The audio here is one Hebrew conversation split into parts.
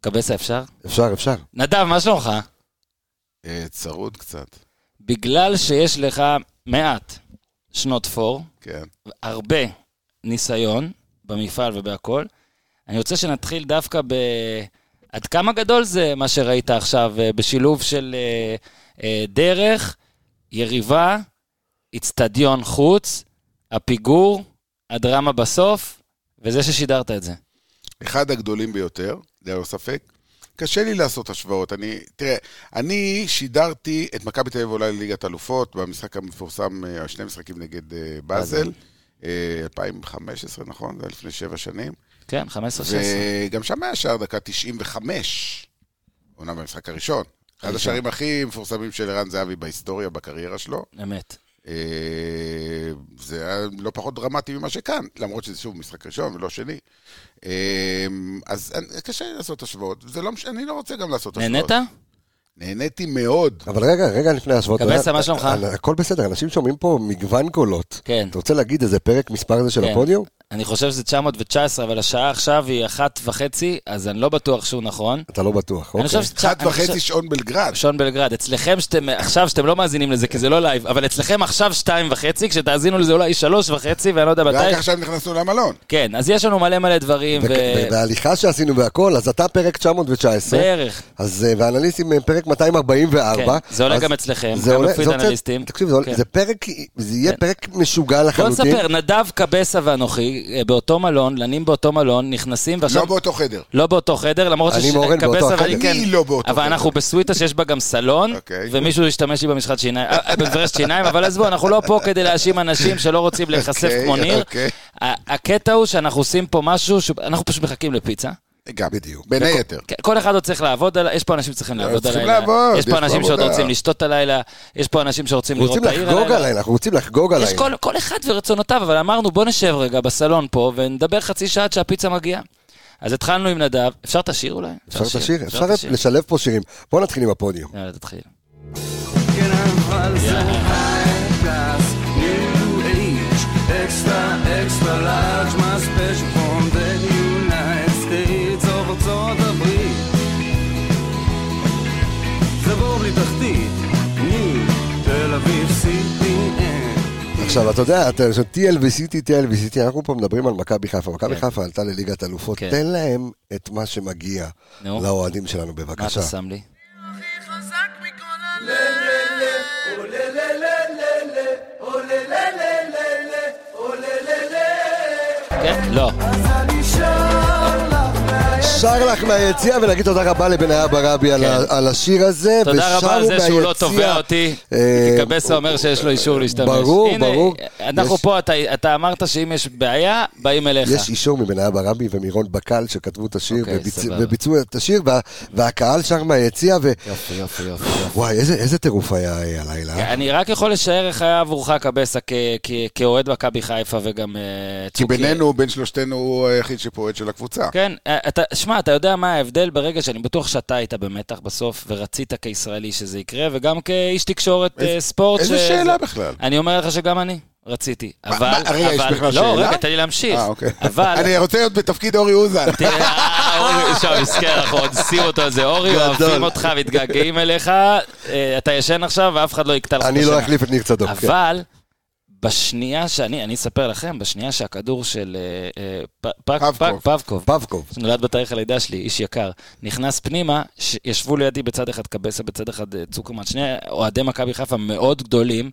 קבסה אפשר? אפשר, אפשר. נדב, מה שלומך? אה, צרוד קצת, בגלל שיש לך מעט שנות פור, כן. הרבה ניסיון במפעל ובהכול, אני רוצה שנתחיל דווקא ב... עד כמה גדול זה מה שראית עכשיו, אה, בשילוב של אה, אה, דרך, יריבה, אצטדיון חוץ, הפיגור, הדרמה בסוף, וזה ששידרת את זה. אחד הגדולים ביותר, ללא ספק. קשה לי לעשות השוואות. אני, תראה, אני שידרתי את מכבי תל אביב עולה לליגת אלופות במשחק המפורסם, אה, השני משחקים נגד אה, באזל, אה, 2015, נכון? זה היה לפני שבע שנים. כן, 15-16. וגם שם היה שער דקה 95, אומנם במשחק הראשון. אחד הראשון. השערים הכי מפורסמים של ערן זהבי בהיסטוריה, בקריירה שלו. אמת. אה, זה היה לא פחות דרמטי ממה שכאן, למרות שזה שוב משחק ראשון ולא שני. אה, אז אני- קשה לי לעשות השוואות, זה לא, מש- אני לא רוצה גם לעשות השוואות. נהנית? נהניתי מאוד. אבל רגע, רגע לפני ההשוואות. קבסה, אתה- מה שלומך? אה, הכל בסדר, אנשים שומעים פה מגוון קולות. כן. אתה רוצה להגיד איזה פרק מספר הזה של כן. הפודיום? אני חושב שזה 919, אבל השעה עכשיו היא אחת וחצי, אז אני לא בטוח שהוא נכון. אתה לא בטוח, אני אוקיי. חושב ש- אחת אני וחצי חושב- שעון בלגרד. שון בלגרד, אצלכם שאתם, עכשיו שאתם לא מאזינים לזה, כי זה לא לייב, אבל אצלכם עכשיו שתיים וחצי, כשתאזינו לזה אולי שלוש וחצי, ואני לא יודע רק מתי. עכשיו נכנסנו למלון. כן, אז יש לנו מלא מלא דברים, ו... ו- וההליכה שעשינו והכל, אז אתה פרק 919. בערך. אז אה, ואנליסטים אה, פרק 244. כן, זה עולה אז גם אצלכם, זה גם עולה- בפיד זה עולה- אנליסטים. תקשיב, זה עולה- כן. זה פרק, זה יהיה כן. פרק משוגע בוא לחלוטין. נספר, נדב קבסה ואנוכי, אה, באותו מלון, לנים באותו מלון, נכנסים, ועכשיו... לא באותו חדר. לא באותו חדר, למרות אני שש- ואורן באותו קבסה החדר. ואני כן. מי לא באותו אבל חדר? אנחנו בסוויטה שיש בה גם סלון, אוקיי. ומישהו השתמש לי במשחת שיניים, אה, במברשת שיניים, אבל עזבו, אנחנו לא פה כדי להאשים אנשים שלא רוצים להיחשף אוקיי, כמו ניר. אוקיי. ה- הקטע הוא שאנחנו עושים פה משהו, ש- אנחנו פשוט מחכים לפיצה. גם. בדיוק. בין היתר. כן, כל אחד עוד צריך לעבוד עליי, יש פה אנשים שצריכים לעבוד אה, צריכים הלילה. לעבוד, יש יש פה אנשים פה שעוד עבודה. רוצים לשתות הלילה, יש פה אנשים שרוצים אנחנו לראות רוצים את העיר לחגוג עליי, אנחנו רוצים לחגוג עליי. יש כל, כל אחד ורצונותיו, אבל אמרנו, בוא נשב רגע בסלון פה ונדבר חצי שעה עד שהפיצה מגיעה. אז התחלנו עם נדב, אפשר את השיר אולי? אפשר את השיר? אפשר לשלב פה שירים. בוא נתחיל עם הפודיום. יאללה, תתחיל. Can I find some high class, new age, extra, extra large, my special from the United States או ארצות הברית? זה בור בלי תחתית, ניו, תל אביב, CPN. עכשיו, אתה יודע, אתה עכשיו TLVCT, TLVCT, אנחנו פה מדברים על מכבי חיפה. מכבי כן. חיפה עלתה לליגת אלופות, כן. תן להם את מה שמגיע נו. לאוהדים שלנו, מה בבקשה. אתה שם לי? כן? לא. שר לך מהיציע ולהגיד תודה רבה לבניה ברבי על ה- על השיר הזה. כן. תודה רבה על ושרו זה שהוא לא מהיציע, תובע אותי, אה, כי קבסה אומר שיש לו אישור להשתמש. ברור, הנה, ברור. אנחנו יש- פה, אתה- אתה אמרת שאם יש בעיה, באים אליך. יש אישור מבניה ברבי ומירון בקל שכתבו את השיר אוקיי, וביצ- סבבה. וביצעו את השיר, וה- והקהל שר מהיציע, ו... יופי, יופי, יופי. וואי, איזה- איזה טירוף היה אה, הלילה. אה? אני רק יכול לשער איך היה עבורך קבסה כ- כ- כאוהד מכבי חיפה וגם... אה, כי צוקי. בינינו, בין שלושתנו, הוא היחיד שפועט של הקבוצה. כן, אתה, שמע, אתה יודע מה ההבדל ברגע שאני בטוח שאתה היית במתח בסוף, ורצית כישראלי שזה יקרה, וגם כאיש תקשורת איזה, ספורט. איזה שאלה בכלל? אני אומר לך שגם אני רציתי. אבל, מה, רגע, יש אבל, בכלל לא, שאלה? רגע, תן לי להמשיך. אה, אוקיי. אבל... אני רוצה להיות בתפקיד אורי אוזן. תראה, אה, אורי, עכשיו, מסכן, אנחנו אונסים אותו על זה. אורי, אוהבים אותך מתגעגעים אליך, אה, אתה ישן עכשיו ואף אחד לא יקטע לך את אני השינה. לא אחליף את ניר צדוק. כן. אבל בשנייה שאני, אני אספר לכם, בשנייה שהכדור של אה, אה, פ- פ- פבקוב. פ- פבקוב, פבקוב. שנולד בתאריך הלידה שלי, איש יקר, נכנס פנימה, ש- ישבו לידי בצד אחד קבסה, בצד אחד אה, צוקרמן, שני אוהדי מכבי חיפה מאוד גדולים,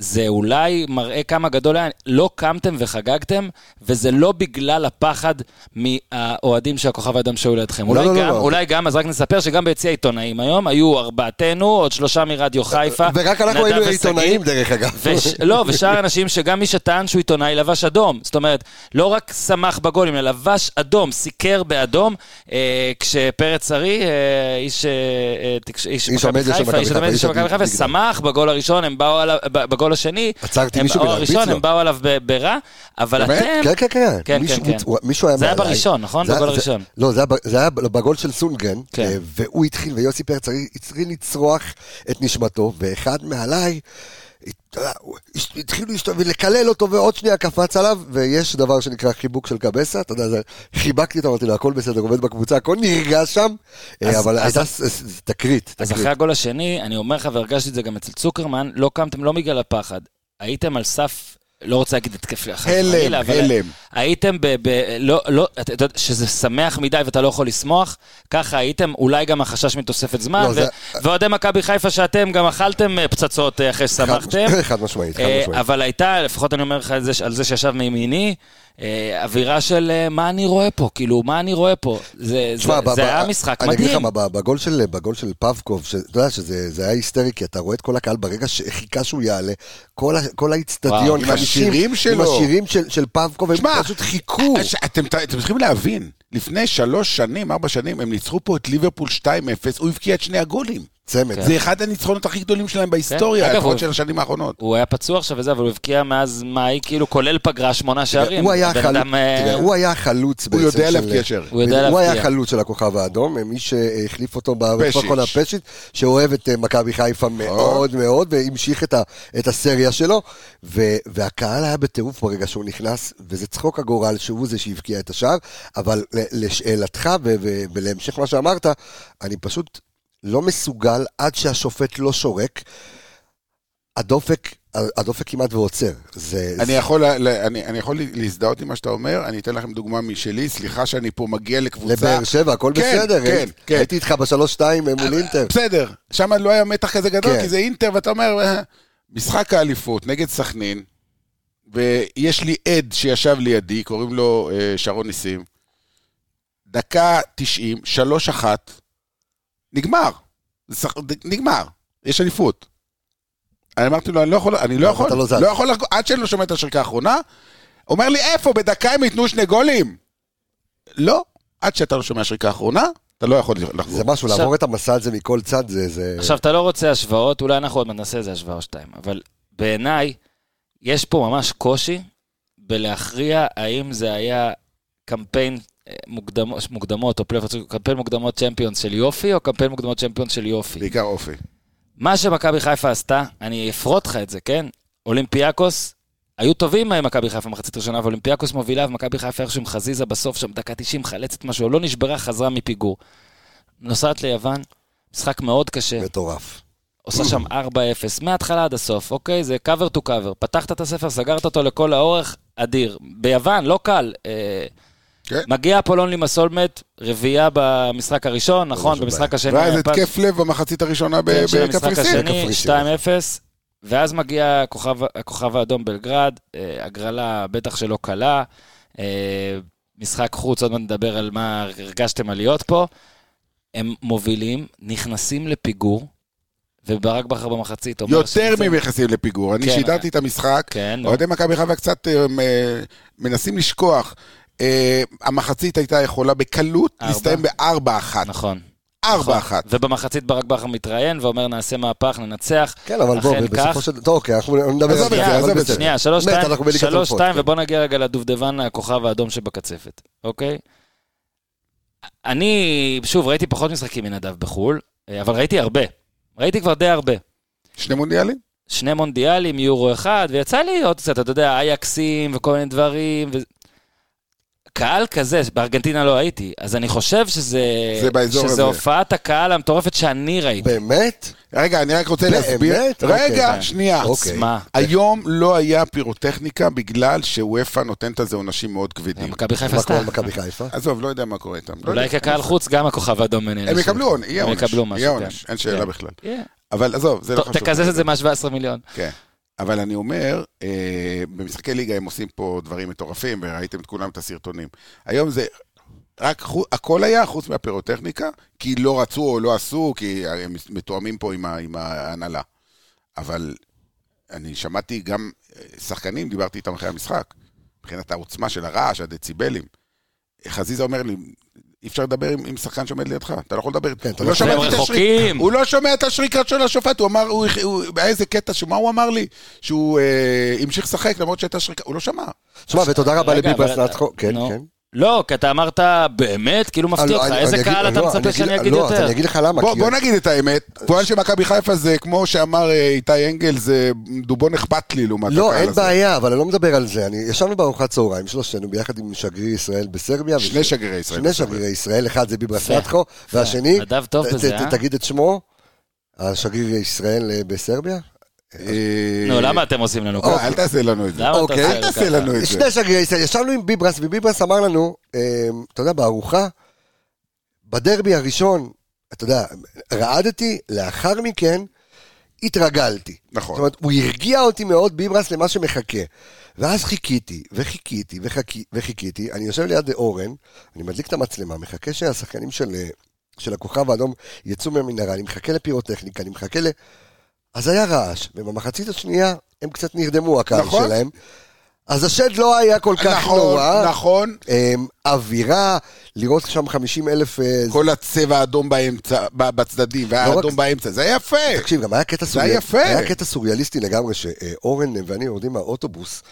וזה אולי מראה כמה גדול היה, לא קמתם וחגגתם, וזה לא בגלל הפחד מהאוהדים שהכוכב האדם שהיו לידכם. לא, אולי לא, לא, גם, לא. אולי גם, אז רק נספר שגם ביציע העיתונאים היום, היו ארבעתנו, עוד שלושה מרדיו חיפה, ורק אנחנו נדב היינו ושגיא. עיתונאים דרך אגב. וש... לא, ושאר אנשים שגם מי שטען שהוא עיתונאי לבש אדום. זאת אומרת, לא רק שמח בגולים, אלא לבש אדום, סיקר באדום, אה, כשפרץ ארי, אה, איש, אה, אה, תקש- איש איש מכבי עומד של חיפה, מכבי איש חיפה, עומד איש של מכבי עתיד חיפה, תקווה. שמח בגול הראשון, הם באו עליו, ב- בגול השני, עצרתי הם- מישהו או ולהרביץ הראשון, לו. הם באו עליו ב- ברע, אבל באמת? אתם... כן, כן, כן. כן, מישהו- כן, כן. הוא- מישהו היה זה היה מעליי. בראשון, נכון? זה- בגול זה- הראשון. לא, זה היה ב- זה היה בגול של סונגרן, כן. אה, והוא התחיל, ויוסי פרץ הרי התחיל לצרוח את נשמתו, ואחד מעליי אתה יודע, הוא- הש- התחילו להשתמש ולקלל אותו, ועוד שנייה קפץ עליו, ויש דבר שנקרא חיבוק של קבסה, אתה יודע, זה- חיבקתי אותו, אמרתי לו, הכל בסדר, עובד בקבוצה, הכל נרגע שם, אה, אז- אבל אז- הייתה ס- ס- ס- תקרית, אז תקרית. אחרי הגול השני, אני אומר לך, והרגשתי את זה גם אצל צוקרמן, לא קמתם לא בגלל הפחד. הייתם על סף, לא רוצה להגיד התקף לאחר הלם, חלילה, אבל הלם. הייתם ב... ב לא, לא, אתה יודע, שזה שמח מדי ואתה לא יכול לשמוח, ככה הייתם, אולי גם החשש מתוספת זמן, לא, ו- זה- ואוהדי מכבי חיפה שאתם גם אכלתם אה, פצצות אה, אחרי חד- ששמחתם. חד משמעית, חד אה, משמעית. אבל הייתה, לפחות אני אומר לך את זה, ש- על זה שישב מימיני, אה, אווירה של אה, מה אני רואה פה, כאילו, מה אני רואה פה. זה, תשמע, זה, ב- זה ב- היה משחק אני אגיד לך מדהים. מה, ב- בגול של, בגול של פאבקוב, ש- אתה יודע שזה זה היה היסטרי, כי אתה רואה את כל הקהל ברגע שחיכה שהוא יעלה, כל, ה- כל וואו. האיצטדיון, עם 50, השירים עם שלו. השירים של, של פאבקוב, הם שמע, פשוט חיכו. אז אתם, אתם צריכים להבין, לפני שלוש שנים, ארבע שנים, הם ניצחו פה את ליברפול 2-0, הוא הבקיע את שני הגולים. צמד. זה אחד הניצחונות הכי גדולים שלהם בהיסטוריה, כן. אגב, הוא- לפחות של השנים האחרונות. הוא היה פצוע עכשיו וזה, אבל הוא הבקיע מאז מאי, כאילו, כולל פגרה שמונה שערים. הוא היה הבן החלוץ- אדם, אה, תראה, הוא היה החלוץ הוא בעצם יודע של- להבקיע שערים. הוא יודע הוא היה להבקיע. החלוץ של הכוכב האדום, אה, מי שהחליף אותו בפרקון פשיץ'. נכון. הפשיט, שאוהב את אה, מכבי חיפה מאוד מאוד, והמשיך את ה- את הסריה שלו, ו- והקהל היה בטירוף ברגע שהוא נכנס, וזה צחוק הגורל שהוא זה שהבקיע את השער, אבל ל- לשאלתך ו- ו- ולהמשך מה שאמרת, אני פשוט לא מסוגל עד שהשופט לא שורק, הדופק... הדופק כמעט ועוצר. זה, אני זה- יכול, לה- לה- אני, אני יכול להזדהות עם מה שאתה אומר, אני אתן לכם דוגמה משלי, סליחה שאני פה מגיע לקבוצה... לבאר שבע, הכל כן, בסדר. כן, הייתי- כן. הייתי איתך בשלוש שתיים מול אה, אינטר. בסדר, שם לא היה מתח כזה גדול, כן. כי זה אינטר, ואתה אומר, "אה, משחק האליפות נגד סכנין, ויש לי עד שישב לידי, קוראים לו אה, שרון ניסים, דקה 90, 3-1, נגמר. זה שח- נגמר, יש אליפות. אני אמרתי לו, אני לא יכול, אני לא אבל יכול, אתה לא זז. לא יכול, לחגוג", עד שאני לא שומע את השריקה האחרונה, אומר לי, איפה, בדקה הם ייתנו שני גולים. לא, עד שאתה לא שומע שריקה האחרונה, אתה לא יכול לחזור. זה משהו, עכשיו- לעבור את המסע הזה מכל צד, זה... זה- עכשיו, אתה לא רוצה השוואות, אולי אנחנו עוד מעט נעשה איזה השוואה או שתיים, אבל בעיניי, יש פה ממש קושי בלהכריע האם זה היה קמפיין אה, מוקדמו- מוקדמות, או פלייאוף, קמפיין מוקדמות צ'מפיונס של יופי, או קמפיין מוקדמות צ'מפיונס של יופי. בעיקר אופי. מה שמכבי חיפה עשתה, אני אפרוט לך את זה, כן? אולימפיאקוס, היו טובים אה, מכבי חיפה מחצית ראשונה, ואולימפיאקוס מובילה, ומכבי חיפה איכשהו עם חזיזה בסוף שם, דקה 90, חלצת משהו, לא נשברה, חזרה מפיגור. נוסעת ליוון, משחק מאוד קשה, מטורף. עושה שם 4-0, מההתחלה עד הסוף, אוקיי? זה cover to cover. פתחת את הספר, סגרת אותו לכל האורך, אדיר. ביוון, לא קל. אה, כן. מגיע אפולון לימסולמט, רביעייה במשחק הראשון, נכון? שום במשחק השני... ואז הפעם- התקף לב במחצית הראשונה ב- כן, של המשחק בקפריסין. השני, 2-0, ואז מגיע הכוכב, הכוכב האדום בלגרד, אה, הגרלה בטח שלא קלה, אה, משחק חוץ, עוד מעט נדבר על מה הרגשתם על להיות פה. הם מובילים, נכנסים לפיגור, וברק בכר במחצית כן, אומר... יותר שזה- מהם נכנסים לפיגור. אני כן, שידרתי את המשחק, כן, נו. אוהדי מכבי חיפה קצת אה, מ- אה, מנסים לשכוח. אה, המחצית הייתה יכולה בקלות ארבע. להסתיים בארבע אחת. נכון. ארבע נכון. אחת. ובמחצית ברק בכר מתראיין ואומר, נעשה מהפך, ננצח. כן, אבל בוא, אכן בסופו כך. של... טוב, אוקיי, אנחנו נדבר על עזוב את זה, זה, אבל עזוב את בסדר. זה. שנייה, שלוש מת, שתיים, אנחנו בליגת שלוש אלופות, שתיים, כן. ובוא נגיע רגע לדובדבן הכוכב האדום שבקצפת, אוקיי? אני, שוב, ראיתי פחות משחקים מנדב בחו"ל, אה, אבל ראיתי הרבה. ראיתי כבר די הרבה. שני מונדיאלים? שני מונדיאלים, יורו אחד, ויצא לי עוד קצת, אתה יודע, אייקסים וכל מיני דברים. ו... קהל כזה, בארגנטינה לא הייתי, אז אני חושב שזה... זה באזור שזה הזה. הופעת הקהל המטורפת שאני ראיתי. באמת? רגע, אני רק רוצה באמת? להסביר. אוקיי. רגע, שנייה. אוקיי. מה? היום לא היה פירוטכניקה בגלל שוופא נותנת על זה עונשים מאוד כבדים. מכבי חיפה מה עשתה. קורה במכבי חיפה? עזוב, לא יודע מה קורה איתם. לא כן. אולי יודע. כקהל חוץ, גם הכוכב האדום נהנה. הם שם. יקבלו עונש, יהיה הם עונש. יקבלו משהו, יהיה כן. עונש, אין שאלה כן. בכלל. כן. אבל עזוב, זה לא טוב, חשוב. תקזז את זה מה-17 מיליון. כן. אבל אני אומר, אה, במשחקי ליגה הם עושים פה דברים מטורפים, וראיתם את כולם את הסרטונים. היום זה רק, חו- הכל היה חוץ מהפירוטכניקה, כי לא רצו או לא עשו, כי הם מתואמים פה עם, ה, עם ההנהלה. אבל אני שמעתי גם אה, שחקנים, דיברתי איתם אחרי המשחק, מבחינת העוצמה של הרעש, הדציבלים. חזיזה אומר לי, אי אפשר לדבר עם, עם שחקן שעומד לידך, אתה לא יכול לדבר. כן, אתה הוא לא לא יכול. שמעתי והם את השריקה. רחוקים. הוא לא שומע את השריקות של השופט, הוא אמר, הוא, הוא, איזה קטע, שהוא- מה הוא אמר לי? שהוא אה, המשיך לשחק למרות שהייתה שריקה, הוא לא שמע. שמע, ותודה רבה רגע, לביבס אבל- נתחו. כן, נו. כן. לא, כי אתה אמרת, באמת? כאילו מפתיע לא, אותך, אני- איזה אני קהל אגיד- אתה לא, מצפה אני שאני אגיד לא, אז יותר? אני אגיד לך למה. בוא, כי- בוא נגיד את האמת, פועל של מכבי חיפה זה כמו שאמר אה, איתי אנגל, זה דובון אכפת לי לעומת הקהל לא, הזה. אין בעיה, אבל אני לא מדבר על זה. אני ישבנו בארוחת צהריים, שלושתנו ביחד עם שגריר ישראל בסרביה. שני וש- שגרירי ישראל שני בסרביה. שגרירי ישראל, אחד זה ביברס יפה, סטחו, והשני, נדב טוב ת- בזה, ת- אה? תגיד את שמו, השגריר ישראל אה, בסרביה. אה, נו, לא, למה אתם עושים לנו אה, ככה? אל תעשה לנו את זה. למה אתה לא, עושה אוקיי. אל לנו תעשה ככה? לנו את זה. שני שגרירי ישראל, ישבנו עם ביברס, וביברס אמר לנו, אה, אתה יודע, בארוחה, בדרבי הראשון, אתה יודע, רעדתי, לאחר מכן התרגלתי. זאת נכון. אומרת, הוא הרגיע אותי מאוד ביברס למה שמחכה. ואז חיכיתי, וחיכיתי, וחכי- וחיכיתי, אני יושב ליד אורן, אני מדליק את המצלמה, מחכה שהשחקנים של, אה, של הכוכב האדום יצאו מהמנהרה, אני מחכה לפירוטכניקה, אני מחכה ל... אז היה רעש, ובמחצית השנייה הם קצת נרדמו, הקהל נכון. שלהם. אז השד לא היה כל כך נכון, נורא. נכון. אמ, אווירה, לראות שם 50 אלף... אה, כל הצבע האדום באמצע, ב- בצדדים, והאדום לא רק- באמצע, זה יפה. תקשיב, גם היה קטע זה היה סוריאל- יפה. היה קטע סוריאליסטי לגמרי, שאורן ואני יורדים מהאוטובוס,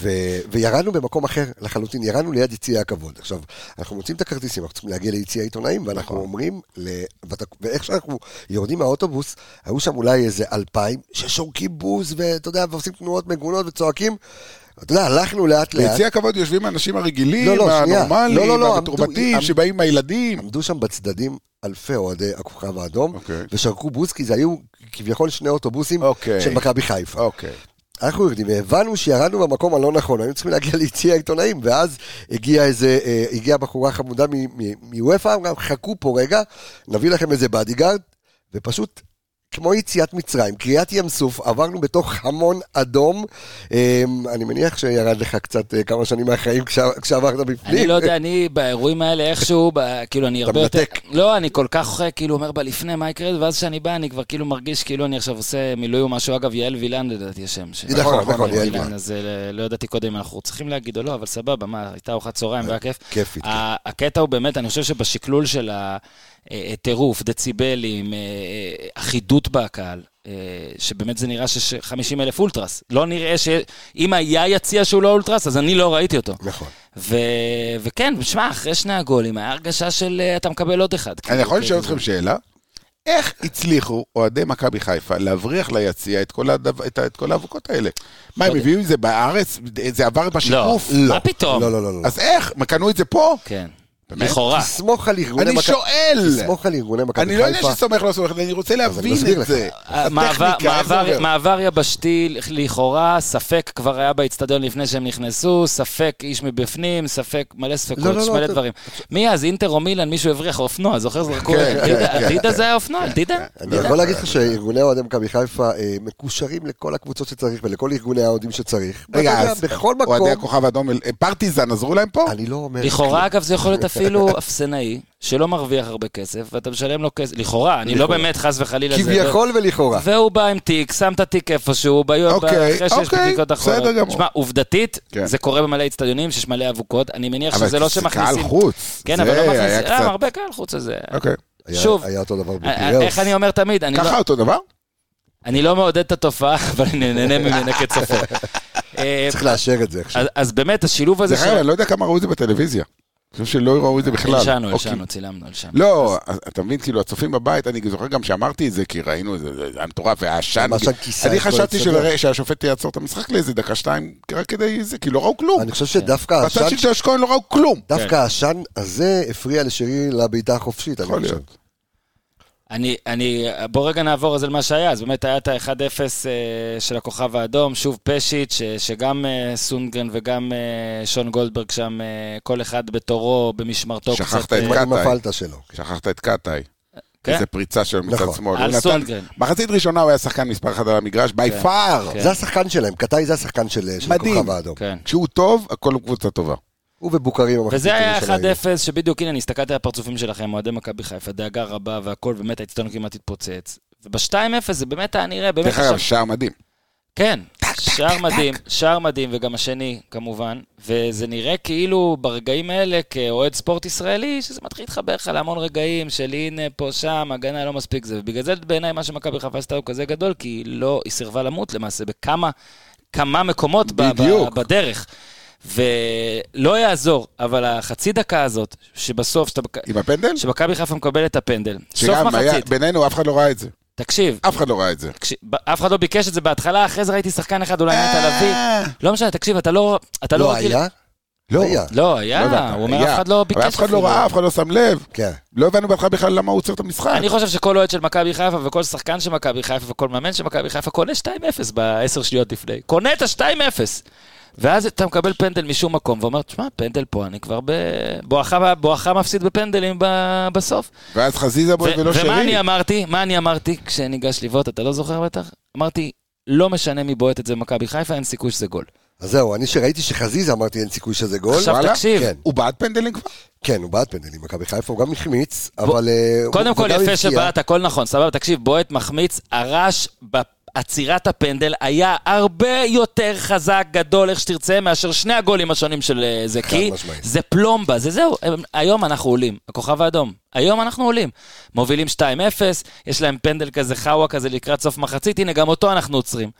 ו... וירדנו במקום אחר לחלוטין, ירדנו ליד יציע הכבוד. עכשיו, אנחנו מוצאים את הכרטיסים, אנחנו צריכים להגיע ליציע העיתונאים, נכון. ואנחנו אומרים, ל... ואת... ואיך שאנחנו יורדים מהאוטובוס, היו שם אולי איזה אלפיים ששורקים בוז, ואתה יודע, ועושים תנועות מגונות וצועקים. אתה יודע, הלכנו לאט לאט. ביציע הכבוד יושבים האנשים הרגילים, לא, לא, שנייה. לא, לא, הנורמליים, לא, המתורבתים, עמדו- שבאים עם הילדים. עמדו שם בצדדים אלפי אוהדי הכוכב האדום, אוקיי. ושרקו בוז, כי זה היו כביכול שני אוטובוסים אוקיי. של מכבי חיפה. אוקיי. אנחנו יורדים, והבנו שירדנו במקום הלא נכון, היינו צריכים להגיע ליציע העיתונאים, ואז הגיעה איזה, אה, הגיעה בחורה חמודה מ- מ- מוופא, אמרה, חכו פה רגע, נביא לכם איזה בדיגארד, ופשוט... כמו יציאת מצרים, קריעת ים סוף, עברנו בתוך המון אדום. אה, אני מניח שירד לך קצת אה, כמה שנים מהחיים כשה- כשעברת בפנים. אני לא יודע, אני באירועים האלה איכשהו, ב- כאילו אני הרבה יותר... מנתק. לא, אני כל כך אה, כאילו אומר בלפני מה יקרה, ואז כשאני בא אני כבר כאילו מרגיש כאילו אני עכשיו עושה מילוי או משהו. אגב, יעל וילן לדעתי השם. ש- נכון, נכון, יעל וילן. אז אה, לא ידעתי קודם אם אנחנו צריכים להגיד או לא, אבל סבבה, מה, הייתה ארוחת אה, צהריים והיה כיף. כיפית, ה- הקטע הוא באמת, אני חושב שבשקלול של הטירוף, דציבלים, אה, אה, אחידות בקהל, אה, שבאמת זה נראה שיש 50 אלף אולטרס. לא נראה ש... אם היה יציע שהוא לא אולטרס, אז אני לא ראיתי אותו. נכון. ו... וכן, שמע, אחרי שני הגולים, היה הרגשה של אה, אתה מקבל עוד אחד. אני כאילו, יכול כן. לשאול אתכם שאלה? איך הצליחו אוהדי מכבי חיפה להבריח ליציע את כל הדו- את ה- את כל האבוקות האלה? מה, הם לא יודע. הביאו את זה בארץ? זה עבר לא, בשיקוף? מה פתאום? לא, לא, לא, לא. אז איך? מה, קנו את זה פה? כן. באמת? לכאורה. תסמוך על ארגוני אני מכבי- שואל! תסמוך על ארגוני מכבי חיפה. אני לא יודע שסומך לא סומך, אני רוצה להבין מסביר את לך. זה. אה, מעבר- הטכניקה, איך זה מעבר- עובר? מעבר יבשתי לכאורה, ספק כבר היה באיצטדיון לפני שהם נכנסו, ספק איש מבפנים, ספק מלא ספקות, לא, לא, לא, מלא אתה- דברים. מי אז, אינטר או מילאן, מישהו הבריח אופנוע, זוכר? זרקו... כן, דידה- כן, דידה זה היה אופנוע, דידה? אני יכול להגיד לך שארגוני אוהדי מכבי חיפה אה, מקושרים לכל הקבוצות שצריך ולכל ארגוני האוהדים שצריך. רגע, ואתה יודע, אז בכל אוהדי מקום, הכוכב האדום, אה, פרטיזן עזרו להם פה? אני לא אומר... לכאורה, אגב, זה יכול להיות אפילו אפסנאי, שלא מרוויח הרבה כסף, ואתה משלם לו כסף, לכאורה, אני לא לכאורה. באמת, חס וחלילה, זה... כביכול ולכאורה. והוא בא עם תיק, שם את התיק איפשהו, ביום, אוקיי, אחרי שיש אוקיי, בדיקות אחרות. בסדר גמור. שמע, עובדתית, כן. זה קורה במלא אצטדיונים, שיש מלא אבוקות. אני מניח אבל שזה לא זה שמכניסים... קהל חוץ. כן, זה אבל לא היה מכניסים... קצת- אה, הרבה קהל חוץ הזה. אוקיי. היה- שוב. היה אותו דבר אה, בפיראוס. איך אני אומר תמיד, אני לא- ככה אותו דבר? אני לא מעודד את התופעה, אבל אני נהנה ממנה כצופה. אה, צריך לאשר את זה עכשיו. אז- אז באמת, השילוב הזה דרך אגב, אני לא יודע כמה ראו את זה בטלוויזיה. אני חושב שלא ראו את זה בכלל. הלשנו, אוקיי. הלשנו, צילמנו, הלשנו. לא, אז אתה מבין, כאילו, הצופים בבית, אני זוכר גם שאמרתי את זה, כי ראינו את זה, זה היה מטורף, והעשן... ממש על כיסא, אה, אני את כל חשבתי אה, הצדדים. שלרא- שהשופט יעצור את המשחק לאיזה דקה-שתיים, רק כדי זה, כי לא ראו כלום. אני אה. חושב שדווקא בצד העשן... של ג'וש כהן לא ראו כלום. דווקא כן. העשן הזה הפריע לשירי לבעיטה החופשית. אני יכול חושב. להיות. אני, אני, בוא רגע נעבור אז על מה שהיה, אז באמת היה את ה-1-0 אה, של הכוכב האדום, שוב פשיץ', ש, שגם אה, סונגרן וגם אה, שון גולדברג שם, אה, כל אחד בתורו, במשמרתו. שכחת קצת, את אה, עם קטאי. הפלטה שלו. שכחת את קטאי. כן. איזה פריצה שלו מצד נכון. שמאל. על הוא נתן- סונגרן. מחצית ראשונה הוא היה שחקן מספר אחת על המגרש, בי כן. פאר. כן. זה השחקן שלהם, קטאי זה השחקן של של מדהים. הכוכב האדום. כן. כשהוא טוב, הכל קבוצה טובה. הוא ובוקרים המחזיקים וזה היה של העיר. 1-0, שבדיוק, הנה, אני הסתכלתי על הפרצופים שלכם, אוהדי מכבי חיפה, דאגה רבה והכל, באמת האצטדיון כמעט התפוצץ. וב-2-0 זה באמת היה נראה, באמת דרך אגב, שער מדהים. כן, שער מדהים, שער מדהים, וגם השני, כמובן. וזה נראה כאילו ברגעים האלה, כאוהד ספורט ישראלי, שזה מתחיל להתחבר לך להמון רגעים של הנה, פה, שם, הגנה לא מספיק זה. ובגלל זה בעיניי מה שמכבי חיפה עשתה הוא כזה גדול, כי היא לא, היא סירבה למות למעשה בכמה, כמה מקומות ב- ב- בדיוק. בדרך. ולא יעזור, אבל החצי דקה הזאת, שבסוף, שאתה- עם הפנדל? שמכבי חיפה מקבלת את הפנדל, סוף שגם היה- מחצית, בינינו, אף אחד לא ראה את זה. תקשיב, אף אחד לא ראה את זה. כש- ב- אף אחד לא ביקש את זה בהתחלה, אחרי זה ראיתי שחקן אחד, אולי נטע לביא. אה, לא משנה, תקשיב, אתה לא... אתה לא לא רגיל- היה? לא, היה. לא, לא יודע, היה, הוא אומר, היה. אף אחד לא אבל ביקש אף אחד אפילו. לא ראה, אף אחד לא שם לב. כן. לא הבנו בהתחלה בכלל למה הוא עוצר את המשחק. אני חושב שכל אוהד של מכבי חיפה וכל שחקן של מכבי חיפה וכל מאמן של מכבי חיפה קונה 2-0 בעשר שניות לפני. קונה את ה-2-0. ואז אתה מקבל פנדל משום מקום ואומר, תשמע, פנדל פה, אני כבר ב... בואכה, בואכה מפסיד בפנדלים ב... בסוף. ואז חזיזה בועט ולא שרי. ומה אני אמרתי? מה אני אמרתי כשניגש לבעוט, אתה לא זוכר בטח? אמרתי, לא משנה מי בועט את זה במכבי חיפה, אין סיכוי שזה גול. אז זהו, אני שראיתי שחזיזה אמרתי אין סיכוי שזה גול. עכשיו וואלה? תקשיב, כן. הוא בעט פנדלים כבר? כן, הוא בעט פנדלים, מכבי חיפה, הוא גם החמיץ, אבל... אה, קודם הוא כל, גם יפה הבקיע. שבאת, הכל נכון, סבבה, תקשיב, בועט מחמיץ, הרעש בעצירת הפנדל היה הרבה יותר חזק, גדול, איך שתרצה, מאשר שני הגולים השונים של אה, זה, כי משמעית. זה פלומבה, זה זהו, הם- היום אנחנו עולים, הכוכב האדום, היום אנחנו עולים. מובילים 2-0, יש להם פנדל כזה חאווה כזה לקראת סוף מחצית, הנה, גם אותו אנחנו עוצרים.